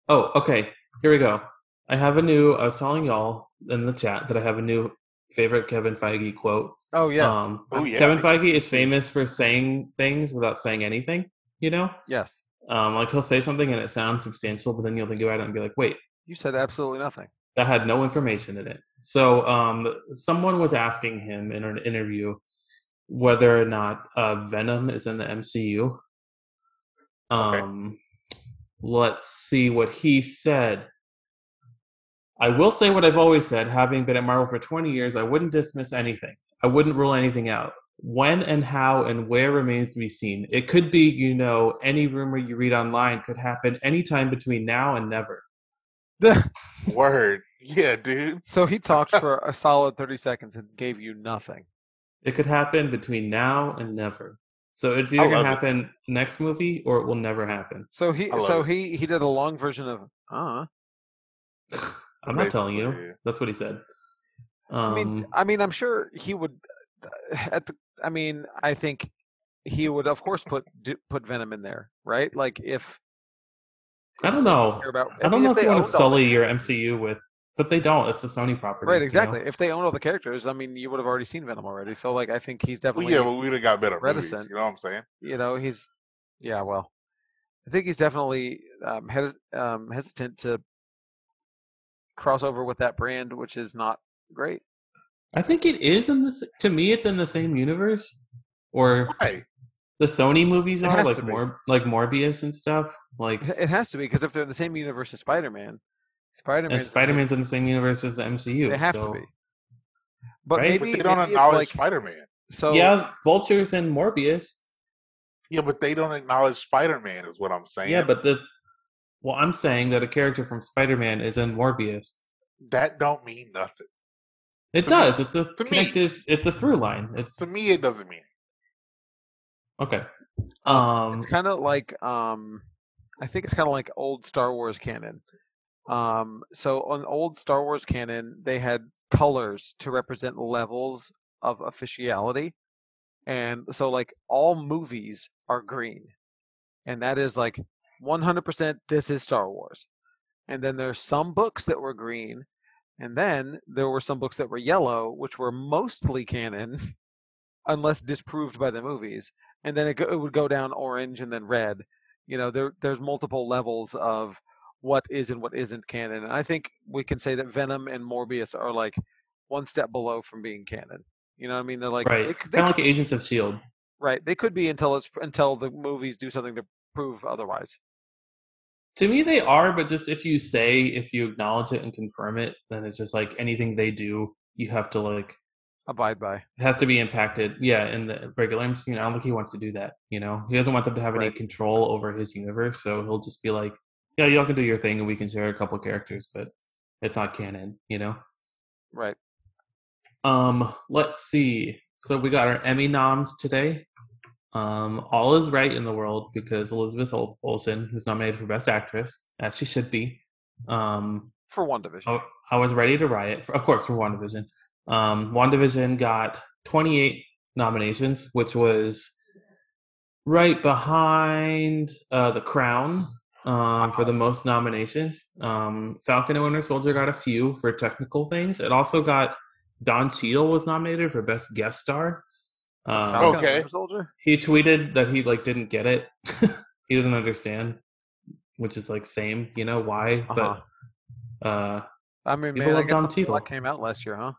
C: oh, okay. Here we go. I have a new. I was telling y'all in the chat that I have a new favorite Kevin Feige quote.
A: Oh yes,
C: Um,
B: Oh, yeah,
C: Kevin
B: I just-
C: Feige is famous for saying things without saying anything. You know,
A: yes.
C: um, like he'll say something and it sounds substantial, but then you'll think about it and be like, wait,
A: You said absolutely nothing.
C: that had no information in it. So um, someone was asking him in an interview whether or not uh, Venom is in the MCU. Um, Let's see what he said. I will say what I've always said, having been at Marvel for 20 years, I wouldn't dismiss anything. I wouldn't rule anything out. When and how and where remains to be seen. It could be, you know, any rumor you read online could happen anytime between now and never.
B: Word. Yeah, dude.
A: So he talked for a solid thirty seconds and gave you nothing.
C: It could happen between now and never. So it's
B: I
C: either
B: love
C: gonna
B: it.
C: happen next movie or it will never happen.
A: So he
B: I love
A: so
B: it.
A: he he did a long version of uh
C: I'm not telling you.
B: Basically, yeah.
C: That's what he said.
A: I
C: Um,
A: mean, I mean, I'm sure he would. uh, At the, I mean, I think he would, of course, put do, put Venom in there, right? Like if
C: I don't know.
A: care about,
C: I don't
A: mean,
C: know
A: if
C: if you
A: they
C: want
A: owned
C: to
A: all the
C: sully your MCU with, but they don't. It's a Sony property, you
A: right,
C: know?
A: exactly. If they own all the characters, I mean, you would have already seen Venom already. So, like, I think he's
B: Well,
A: definitely,
B: yeah, but we'd have got better
A: reticent.
B: movies. You know what I'm saying?
A: you know, he's, yeah, well, I think he's definitely um, hes- um, hesitant to cross over with that brand, which is not great.
C: I think it is in this. To me, it's in the same universe, or
B: Why?
C: the Sony movies
A: It
C: are
A: has
C: like
A: to be.
C: more like Morbius and stuff. Like,
A: It has to be because if they're in the same universe as Spider-Man, Spider-Man,
C: and Spider Man's in the same universe as the MCU.
A: They have
C: so-
A: to be. But
C: Right?
B: But
A: maybe,
B: they don't
A: maybe it's
B: acknowledge
A: like
B: Spider-Man.
A: so.
C: yeah, Vultures and Morbius.
B: Yeah, but they don't acknowledge Spider-Man is what I'm saying.
C: Yeah, but the well, I'm saying that a character from Spider-Man is in Morbius.
B: that don't mean nothing.
C: It
B: To me-
C: does. It's a
B: to me.
C: connective. It's a through line. It's
B: To me, it doesn't mean.
C: okay. Um,
A: it's kind of like um, I think it's kind of like old Star Wars canon. Um, so on old Star Wars canon, they had colors to represent levels of officiality, and so like all movies are green, and that is like 100% this is Star Wars. And then there's some books that were green, and then there were some books that were yellow, which were mostly canon, unless disproved by the movies. And then it, go, it would go down orange and then red. You know, there there's multiple levels of what is and what isn't canon. And I think we can say that Venom and Morbius are like one step below from being canon. You know what I mean? They're like
C: right.
A: they c- they
C: kind of like Agents of Shield.
A: Right. They could be until it's until the movies do something to prove otherwise.
C: To me, they are, but just if you say, if you acknowledge it and confirm it, then it's just like anything they do, you have to like
A: Abide by.
C: it has to be impacted. Yeah, in the regular MCU, I don't think he wants to do that. You know, he doesn't want them to have any
A: Right.
C: control over his universe, so he'll just be like, "Yeah, y'all can do your thing, and we can share a couple characters, but it's not canon." You know.
A: Right.
C: Um, let's see. So we got our Emmy noms today. Um, all is right in the world because Elizabeth Ol- Olsen, who's nominated for Best Actress, as she should be. Um,
A: For one division.
C: I, I was ready to riot, for, of course, for WandaVision. Um, WandaVision got 28 nominations, which was right behind uh, The Crown um, for the most nominations. Um, Falcon and Winter Soldier got a few for technical things. It also got Don Cheadle was nominated for Best Guest Star. Um,
A: Falcon and
B: Okay.
A: Winter Soldier?
C: He tweeted that he like didn't get it. he doesn't understand, which is like same, you know why?
A: Uh-huh.
C: But uh,
A: I mean,
C: People
A: man, I
C: love
A: guess
C: Don
A: a
C: Cheadle.
A: lot came out last year, huh?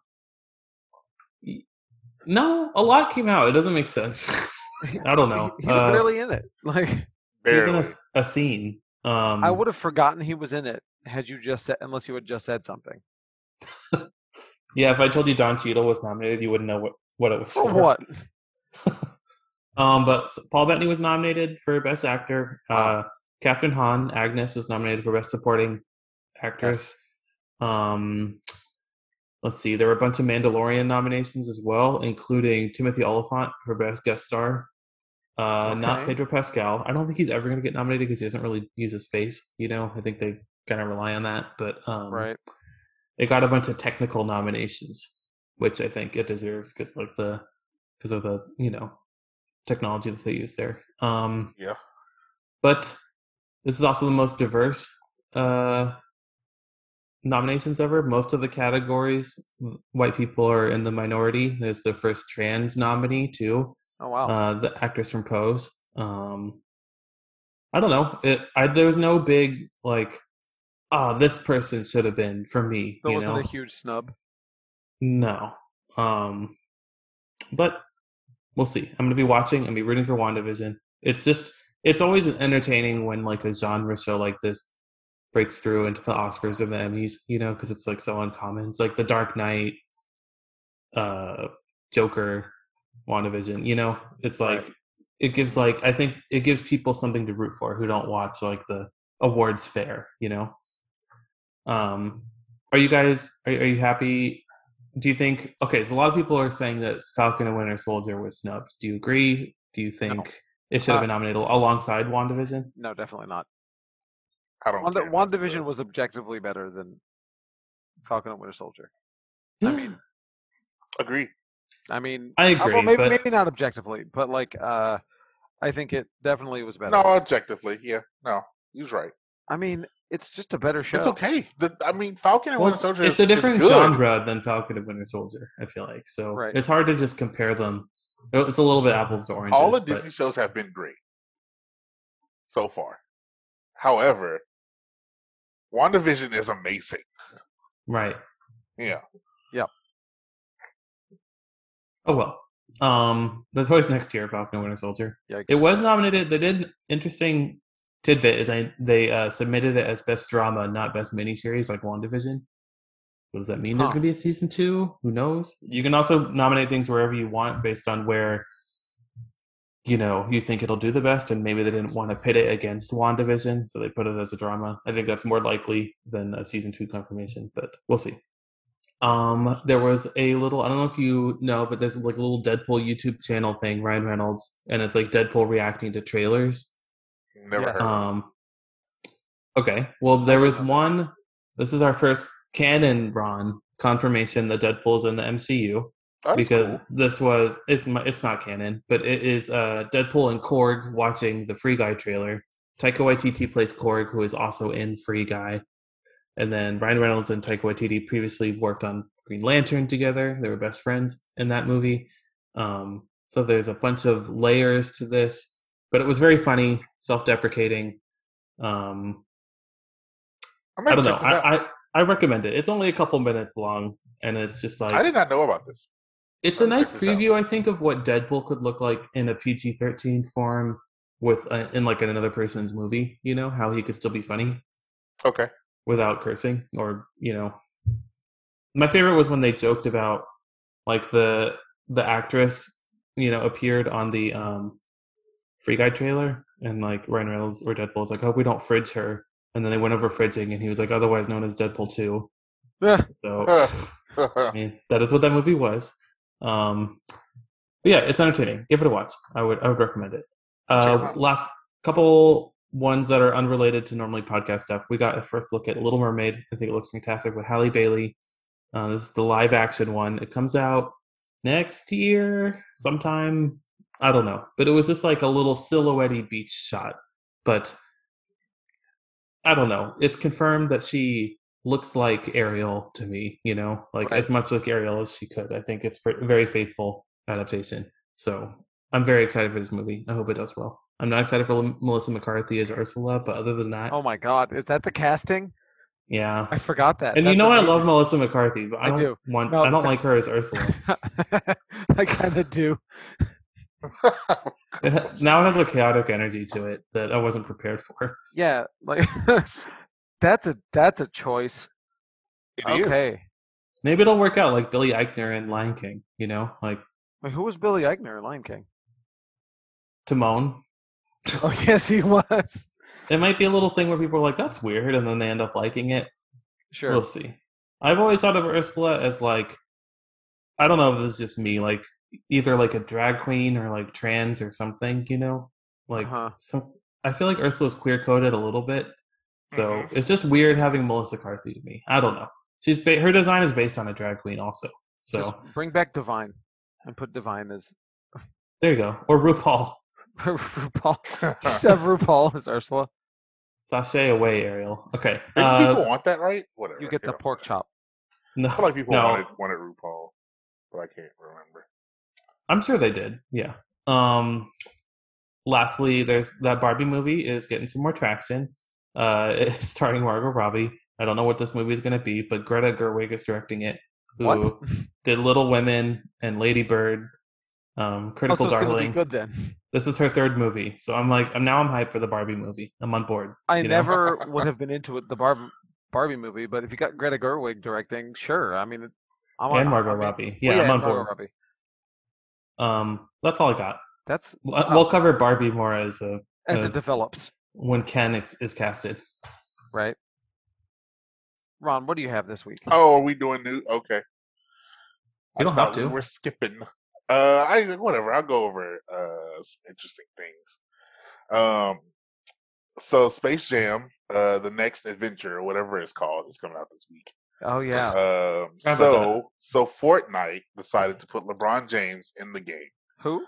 C: No, a lot came out. It doesn't make sense. I don't know.
A: He, he was
C: Uh,
A: barely in it. Like,
C: he was in
B: Barely.
C: a, a scene. Um,
A: I would have forgotten he was in it had you just said, unless you had just said something.
C: Yeah, if I told you Don Cheadle was nominated, you wouldn't know what, what it was
A: For
C: for.
A: what?
C: Um, but Paul Bettany was nominated for Best Actor. Uh, Catherine Hahn, Agnes, was nominated for Best Supporting Actress. Um, let's see, there were a bunch of Mandalorian nominations as well, including Timothy Oliphant for Best Guest Star. Uh, Not
A: Okay.
C: Pedro Pascal. I don't think he's ever going to get nominated because he doesn't really use his face. You know, I think they kind of rely on that. But um,
A: Right.
C: it got a bunch of technical nominations, which I think it deserves because like the because of the you know technology that they use there. Um,
B: Yeah.
C: but this is also the most diverse uh, nominations ever. Most of the categories, white people are in the minority. There's the first trans nominee too,
A: Oh, wow.
C: uh, the actress from Pose. Um, I don't know. It, I, there was no big like, ah, this person should have been for me.
A: that
C: you
A: wasn't
C: know?
A: a huge snub.
C: No. Um but we'll see. I'm gonna be watching and be rooting for WandaVision. It's just it's always entertaining when like a genre show like this breaks through into the Oscars or the Emmys, you know, because it's like so uncommon. It's like the Dark Knight, uh Joker, WandaVision, you know? It's like
A: Right.
C: it gives like I think it gives people something to root for who don't watch like the awards fair, you know? Um are you guys are, are you happy do you think okay so a lot of people are saying that falcon and winter soldier was snubbed do you agree do you think it should have been nominated alongside wandavision
A: No, definitely not.
B: I don't.
A: Wanda,
B: care about the-
A: WandaVision was objectively better than Falcon and Winter Soldier.
C: i mean
B: Agree.
A: I mean,
C: i
A: uh,
C: agree
A: well, maybe,
C: but
A: maybe not objectively, but like, uh, I think it definitely was better.
B: No, objectively, yeah. No, he was right.
A: I mean, it's just a better show.
B: It's okay. The, I mean, Falcon and
C: well,
B: Winter Soldier.
C: it's
B: is-
C: a
B: is
C: different
B: good.
C: genre than falcon and winter soldier i feel like so
A: Right.
C: it's hard to just compare them it's a little bit apples to oranges
B: All the
C: but-
B: Disney shows have been great so far. However, WandaVision is amazing.
C: right
B: Yeah.
C: oh well um the choice next year falcon and winter soldier
A: Yikes.
C: It was nominated. They did interesting tidbit is I, they uh, submitted it as best drama, not best miniseries like WandaVision. What does that mean? There's
A: Huh.
C: going to be a season two. Who knows? You can also nominate things wherever you want based on where you know you think it'll do the best, and maybe they didn't want to pit it against WandaVision, so they put it as a drama. I think that's more likely than a season two confirmation, but we'll see. Um, there was a little, I don't know if you know, but there's like a little Deadpool YouTube channel thing, Ryan Reynolds, and it's like Deadpool reacting to trailers.
B: Never
A: Yes.
B: heard. of
C: Um, okay. Well, there was
A: Okay.
C: one. This is our first canon Ron confirmation that Deadpool's in the MCU
B: That's
C: because
B: cool.
C: this was it's m- it's not canon, but it is uh, Deadpool and Korg watching the Free Guy trailer. Taika Waititi plays Korg, who is also in Free Guy, and then Ryan Reynolds and Taika Waititi previously worked on Green Lantern together. They were best friends in that movie. Um, so there's a bunch of layers to this, but it was very funny, self-deprecating. Um,
B: I'm
C: I
B: gonna
C: don't know.
B: check this out.
C: I, I I recommend it. It's only a couple minutes long, and it's just like
B: I did not know about this.
C: it's
B: I
C: a
B: will
C: nice
B: check this out.
C: preview, I think, of what Deadpool could look like in a PG thirteen form with a, in like another person's movie. You know how he could still be funny
B: Okay.
C: without cursing, or you know, my favorite was when they joked about like the the actress you know appeared on the um Free Guy trailer, and like Ryan Reynolds or Deadpool's like, I hope we don't fridge her, and then they went over fridging, and he was like, otherwise known as Deadpool two.
A: Eh,
C: So
B: Huh.
C: I mean, that is what that movie was. Um, but yeah, it's entertaining. Give it a watch. I would I would recommend it. Uh,
B: Sure.
C: Last couple ones that are unrelated to normally podcast stuff. We got a first look at Little Mermaid. I think it looks fantastic with Halle Bailey. Uh, this is the live action one. It comes out next year sometime. I don't know, but it was just like a little silhouette beach shot. But I don't know. It's confirmed that she looks like Ariel to me, you know, like
A: Right.
C: as much like Ariel as she could. I think it's pre- very faithful adaptation. So I'm very excited for this movie. I hope it does well. I'm not excited for L- Melissa McCarthy as Ursula, but other than that,
A: Oh my God, is that the casting?
C: yeah.
A: I forgot that.
C: And you
A: That's
C: know I
A: amazing.
C: love Melissa McCarthy, but
A: I
C: I, don't
A: do.
C: want
A: No,
C: I don't
A: that-
C: like her as Ursula.
A: I kind of do.
C: It ha- now it has a chaotic energy to it that I wasn't prepared for.
A: Yeah, like that's a that's a choice.
B: It is.
A: Okay.
C: Maybe it'll work out like Billy Eichner and Lion King, you know, like
A: Wait, who was Billy Eichner in Lion King?
C: Timon.
A: Oh yes, he was.
C: It might be a little thing where people are like, "That's weird," and then they end up liking it.
A: Sure.
C: We'll see. I've always thought of Ursula as like, I don't know if this is just me, like either like a drag queen or like trans or something, you know, like
A: Uh-huh.
C: some. I feel like Ursula's queer coded a little bit, so
B: Mhm.
A: Mm-hmm.
C: it's just weird having Melissa Carthy to me. I don't know. She's ba- her design is based on a drag queen also, so
A: Just bring back Divine and put Divine as
C: there you go. Or RuPaul,
A: RuPaul. Just have RuPaul as Ursula.
C: sashay away, Ariel. Okay,
B: Didn't
C: uh,
B: people want that, right? Whatever.
A: You
B: I
A: get the
B: can't-
A: pork chop.
B: I feel
C: no,
B: like people
C: No.
B: wanted wanted RuPaul, but I can't remember.
C: I'm sure they did. Yeah. Um lastly, there's that Barbie movie is getting some more traction. Uh it's starring Margot Robbie. I don't know what this movie is going to be, but Greta Gerwig is directing it. Who
A: What?
C: did Little Women and Lady Bird, um
A: Oh,
C: Critical
A: so it's gonna be
C: Darling.
A: good then.
C: This is her third movie. So I'm like I'm now I'm hyped for the Barbie movie. I'm on board.
A: I
C: you know?
A: never would have been into it, the Barb- Barbie movie, but if you got Greta Gerwig directing, sure. I mean, I'm on.
C: and Margot
A: I mean-
C: Robbie.
A: Well,
C: Yeah,
A: and
C: I'm on
A: Oh, Margot
C: board.
A: Robbie.
C: Um that's all I got.
A: That's
C: We'll,
A: Oh.
C: we'll cover Barbie more as uh,
A: as it
C: Yes.
A: develops,
C: when Ken is, is casted.
A: right? Ron, what do you have this week?
B: Oh, are we doing new? Okay.
C: You don't
B: I
C: have
B: thought
C: to.
B: We we're skipping. Uh, I whatever. I'll go over uh some interesting things. Um, so Space Jam, uh, the next adventure, or whatever it's called, is coming out this week.
A: Oh yeah,
B: Um,
C: How about
B: so so Fortnite decided to put LeBron James in the game.
A: who?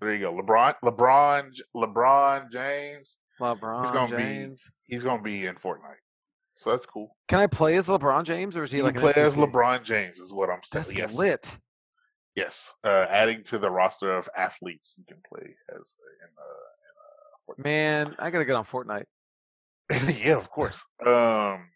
B: There you go, LeBron, LeBron, LeBron James.
A: LeBron
B: gonna be-
A: James.
B: He's gonna be in Fortnite, so that's cool.
A: Can I play as LeBron James, or is he
B: You
A: like
B: like
A: an
B: play as
A: NPC?
B: LeBron James is what I'm saying.
A: That's
B: yes,
A: lit.
B: yes. Uh, adding to the roster of athletes you can play as in uh,
A: Man, I gotta get on Fortnite.
B: yeah, of course. Um,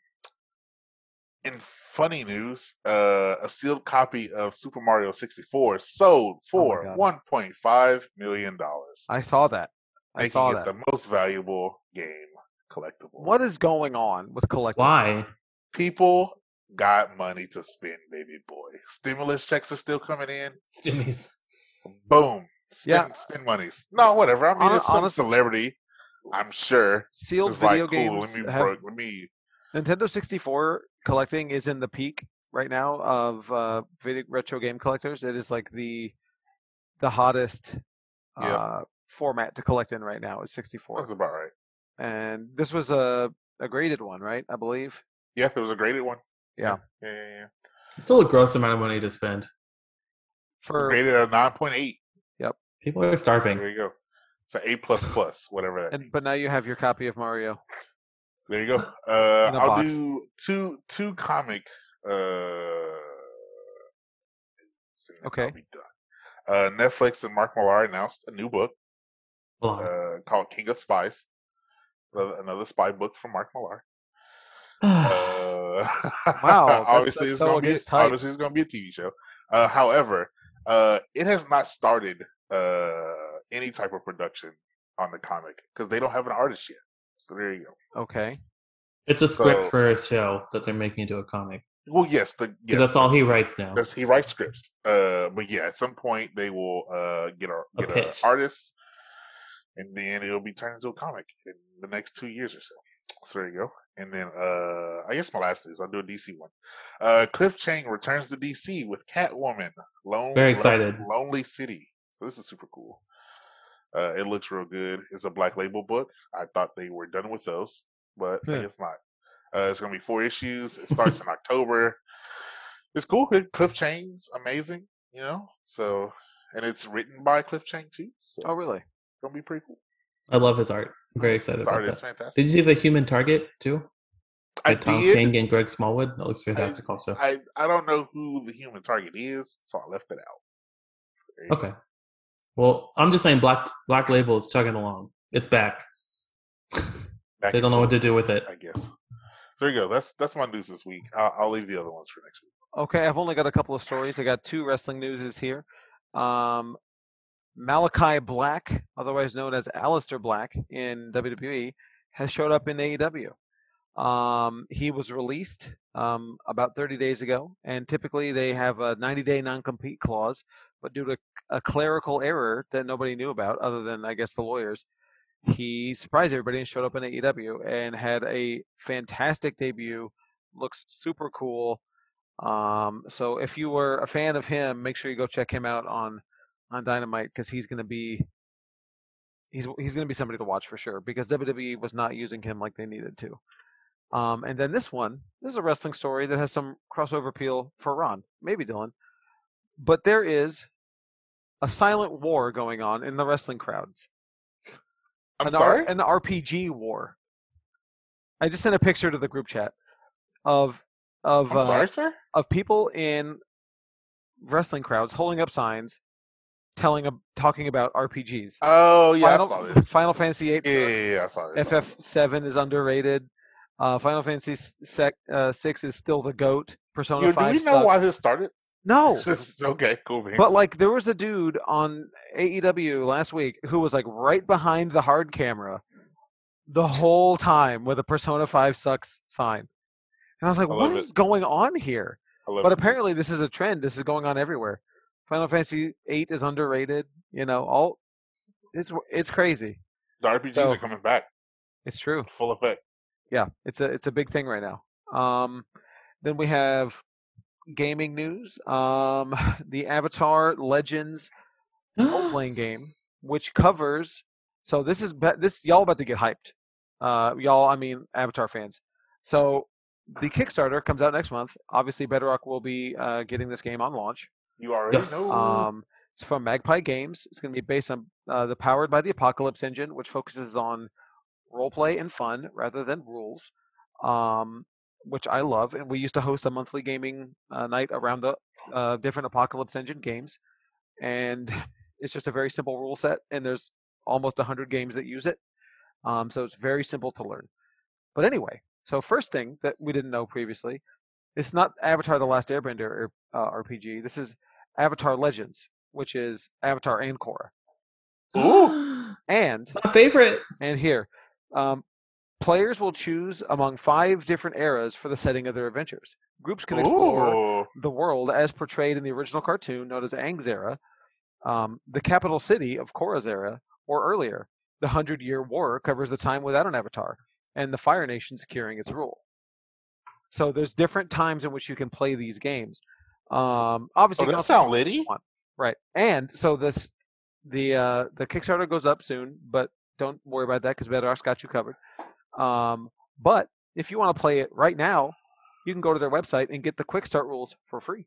B: in funny news, uh, a sealed copy of Super Mario 64 sold for
A: Oh God.
B: 1.5 million dollars.
A: I saw that. I
B: making
A: saw
B: it
A: that.
B: the most valuable game collectible.
A: What is going on with collecting?
C: Why?
B: people got money to spend, baby boy? Stimulus checks are still coming in.
C: Jimmy's.
B: Boom, spend,
A: Mm-hmm. Yeah.
B: spend monies. No, whatever. I mean,
A: Hon-
B: it's some
A: honestly-
B: celebrity, I'm sure.
A: Sealed
B: It's
A: video
B: like, cool.
A: games
B: Let me,
A: have
B: broke, let me
A: Nintendo 64 collecting is in the peak right now of uh, video retro game collectors. It is like the the hottest
B: Yeah.
A: uh, format to collect in right now is
B: That's
A: 64.
B: about right.
A: And this was a a graded one, right? I believe.
B: Yeah, it was a graded one.
A: Yeah.
B: Yeah, yeah, yeah.
C: It's still a gross amount of money to spend.
A: For
B: Rated a nine point eight.
C: People are
B: There
C: starving.
B: you go. It's an A plus plus, whatever that.
A: and but now you have your copy of Mario.
B: There you go. Uh,
A: In a
B: I'll
A: box.
B: do two two comic. Uh, and then
A: Okay.
B: I'll be done. Uh, Netflix and Mark Millar announced a new book
A: Oh.
C: Hold
B: uh, called King of Spies. Another another spy book from Mark Millar.
C: on.
B: Uh,
A: that's-
B: obviously,
A: that's
B: it's
A: so
B: gonna be,
A: against type.
B: obviously it's going to be a TV show. Uh, however, uh, it has not started uh, any type of production on the comic because they don't have an artist yet. So there you go.
A: Okay.
C: It's a script
B: so-
C: for a show that they're making into a comic.
B: Well, yes, the
C: 'Cause
B: yes,
C: that's all he writes now.
B: that's- he writes scripts. Uh, but yeah, at some point they will uh, get a
C: A
B: get a
C: pitch.
B: artist, and then it'll be turned into a comic in the next two years or so. So there you go. And then uh I guess my last news, I'll do a DC one. Uh Cliff Chang returns to DC with Catwoman, Lone
C: Very excited.
B: Lonely City. So this is super cool. Uh it looks real good. It's a black label book. I thought they were done with those, but
A: Yeah.
B: I guess not. Uh it's gonna be four issues. It starts in October. It's cool. Cliff Chang's amazing, you know? So and it's written by Cliff Chang too. So
A: Oh, really?
B: it's gonna be pretty cool.
C: I love his art. I'm very excited
B: His
C: about
B: art
C: that.
B: is fantastic.
C: Did you see the Human Target too?
B: I
C: By Tom
B: did.
C: King and Greg Smallwood. That looks fantastic. also,
B: I, I don't know who the human target is, so I left it out. There you go.
C: okay. Well, I'm just saying, Black Black Label is chugging along. It's back.
B: Back
C: They
B: and
C: don't know what to
B: forth,
C: do with it.
B: I guess. There you go. That's that's my news this week. I'll, I'll leave the other ones for next week.
A: Okay, I've only got a couple of stories. I got two wrestling news is here. Um, Malachi Black, otherwise known as Aleister Black in WWE, has showed up in AEW. Um, he was released um, about 30 days ago, and typically they have a 90 day non compete clause, but due to a clerical error that nobody knew about, other than, I guess, the lawyers, he surprised everybody and showed up in AEW and had a fantastic debut. Looks super cool. Um, so if you were a fan of him, make sure you go check him out on on Dynamite because he's going to be he's he's going to be somebody to watch for sure because WWE was not using him like they needed to. Um, and then this one, this is a wrestling story that has some crossover appeal for Ron, maybe Dylan, but there is a silent war going on in the wrestling crowds
B: I'm
A: an, R-
B: sorry.
A: an RPG war. I just sent a picture to the group chat of of
B: I'm
A: uh,
B: sorry, sir.
A: of people in wrestling crowds holding up signs, telling a, talking about RPGs.
B: Oh yeah, I saw
A: Final,
B: this.
A: Final Fantasy VIII
B: Yeah, yeah,
A: sucks.
B: yeah, I saw this.
A: FF7 is underrated. Uh, Final Fantasy s- sec, uh, 6 is still the goat. Persona
B: Yo, do
A: 5
B: we know why
A: sucks.
B: this started?
A: No.
B: okay, cool. Man.
A: But like there was a dude on AEW last week who was like right behind the hard camera the whole time with a Persona 5 sucks sign. And I was like,
B: I
A: what
B: love it.
A: is going on here?
B: I love
A: but
B: it.
A: apparently this is a trend. This is going on everywhere. Final Fantasy VIII is underrated. You know, all it's it's crazy.
B: the RPGs
A: so-
B: are coming back,
A: It's true.
B: full effect.
A: Yeah, it's a it's a big thing right now. Um, then we have gaming news. Um, the Avatar Legends role playing game, which covers. So this is be- this y'all about to get hyped. Uh, y'all, I mean Avatar fans. So the Kickstarter comes out next month. Obviously, Bedrock will be uh, getting this game on launch.
B: You already
C: Yes.
B: know.
A: Um, it's from Magpie Games. It's going to be based on uh, the Powered by the Apocalypse engine, which focuses on roleplay and fun rather than rules, um, which I love. And we used to host a monthly gaming uh, night around the uh, different Apocalypse engine games. And it's just a very simple rule set, and there's almost 100 games that use it. Um, so it's very simple to learn. But anyway, so first thing that we didn't know previously, it's not Avatar: The Last Airbender uh, RPG. This is Avatar Legends, which is Avatar and Korra.
C: Ooh.
A: And
C: my favorite.
A: and here, um, players will choose among five different eras for the setting of their adventures. Groups can explore
B: Ooh. Oh,
A: the world as portrayed in the original cartoon known as Aang's era, um, the capital city of Korra's era, or earlier. The Hundred Year War covers the time without an avatar, and the Fire Nation securing its rule. So there's different times in which you can play these games. Um, obviously,
B: Oh,
A: you can
B: that
A: also-
B: sound litty.
A: Right. And so this the uh the Kickstarter goes up soon, but don't worry about that because Bedrock's got you covered. Um but if you want to play it right now, you can go to their website and get the quick start rules for free.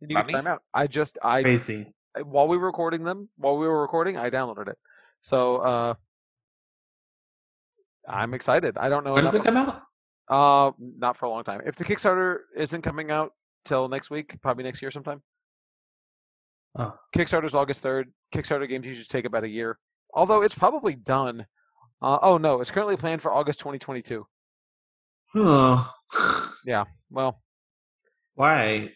A: And you can
B: Mommy?
A: time out. I just I
C: Crazy.
A: while we were recording them, while we were recording, I downloaded it. So uh I'm excited. I don't know
C: When does
A: enough
C: it come out?
A: uh, not for a long time. If the Kickstarter isn't coming out till next week, probably next year sometime.
C: Oh.
A: Kickstarter's August third. Kickstarter games usually take about a year, although it's probably done. Uh, oh no, it's currently planned for August 2022.
C: Oh.
A: Well,
C: Why?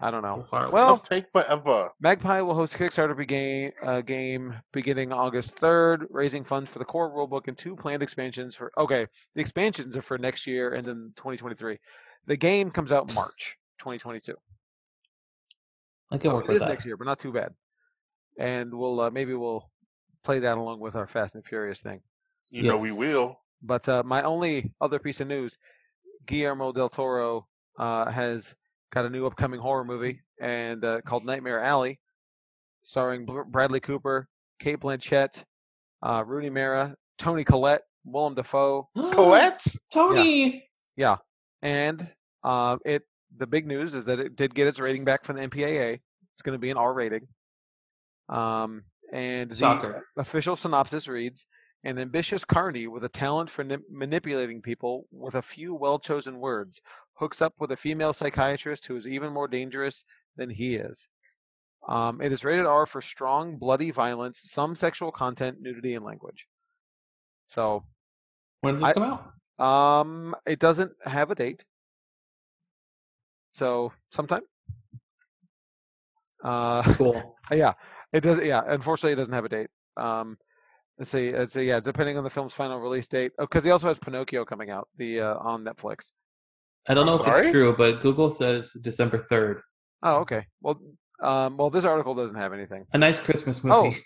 A: I don't know.
C: So far away.
A: Well-
B: take forever.
A: Magpie will host a Kickstarter begin, uh, game beginning August 3rd, raising funds for the core rulebook and two planned expansions for. Okay, the expansions are for next year and then 2023. The game comes out March 2022.
C: I can
A: So
C: work
A: it
C: with
A: is
C: that.
A: next year, but not too bad. And we'll uh, maybe we'll play that along with our Fast and Furious thing.
B: You know we
C: Yes.
B: will.
A: But uh, my only other piece of news: Guillermo del Toro uh, has got a new upcoming horror movie and uh, called Nightmare Alley, starring Br- Bradley Cooper, Kate Blanchett, uh, Rooney Mara, Tony Collette, Willem Dafoe,
B: Colette?
C: Tony.
A: and uh, it. The big news is that it did get its rating back from the MPAA. It's going to be an R rating. Um, and the-
C: Shocker.
A: official synopsis reads an ambitious carney with a talent for ni- manipulating people with a few well-chosen words hooks up with a female psychiatrist who is even more dangerous than he is um, it is rated r for strong bloody violence some sexual content nudity and language so
C: When does this
A: I-
C: come out?
A: um, it doesn't have a date so sometime uh,
C: Cool.
A: uh, Yeah, it does. Yeah, unfortunately, it doesn't have a date. Um, let's see. Let's see. Yeah, depending on the film's final release date. Oh, because he also has Pinocchio coming out the uh, on Netflix.
C: I don't
B: I'm
C: know if
B: sorry?
C: it's true, but Google says December third.
A: Oh, okay. Well, um, well, this article doesn't have anything.
C: A nice Christmas movie.
A: Oh.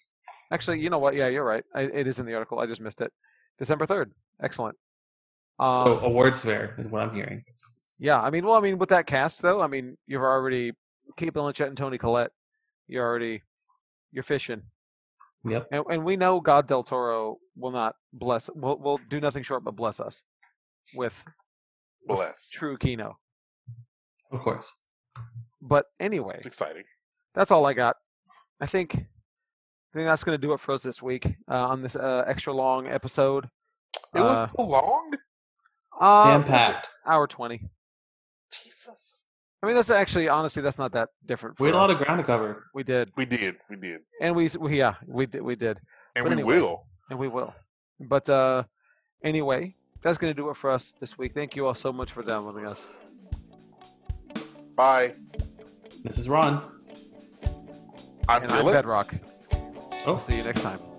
A: Actually, you know what? Yeah, you're right. I, it is in the article. I just missed it. December third. Excellent. Um,
C: so awards fair is what I'm hearing.
A: yeah, I mean, well, I mean, with that cast though, I mean, you've already Kate Blanchett and Tony Collette. You're already you're fishing.
C: Yep.
A: And, and we know God del Toro will not bless, will, will do nothing short but bless us with with
B: Bless.
A: true Kino.
C: Of course.
A: But anyway,
B: It's exciting.
A: that's all I got. I think, I think that's going to do it for us this week uh, on this uh, extra long episode.
B: It was
A: Uh,
B: so long?
A: Uh,
C: Damn packed.
A: hour 20.
B: Jesus.
A: I mean, that's actually, honestly, that's not that different. For
C: We had a lot
A: us.
C: of ground to cover.
A: we did.
B: We did. We did.
A: And we, s- we, yeah, we did. We did.
B: And
A: But
B: we
A: anyway.
B: will.
A: and we will. But uh, anyway, that's going to do it for us this week. Thank you all so much for downloading us.
B: Bye.
C: This is Ron.
B: I'm
A: And I'm
B: Dylan.
A: Bedrock.
C: Oh.
A: See you next time.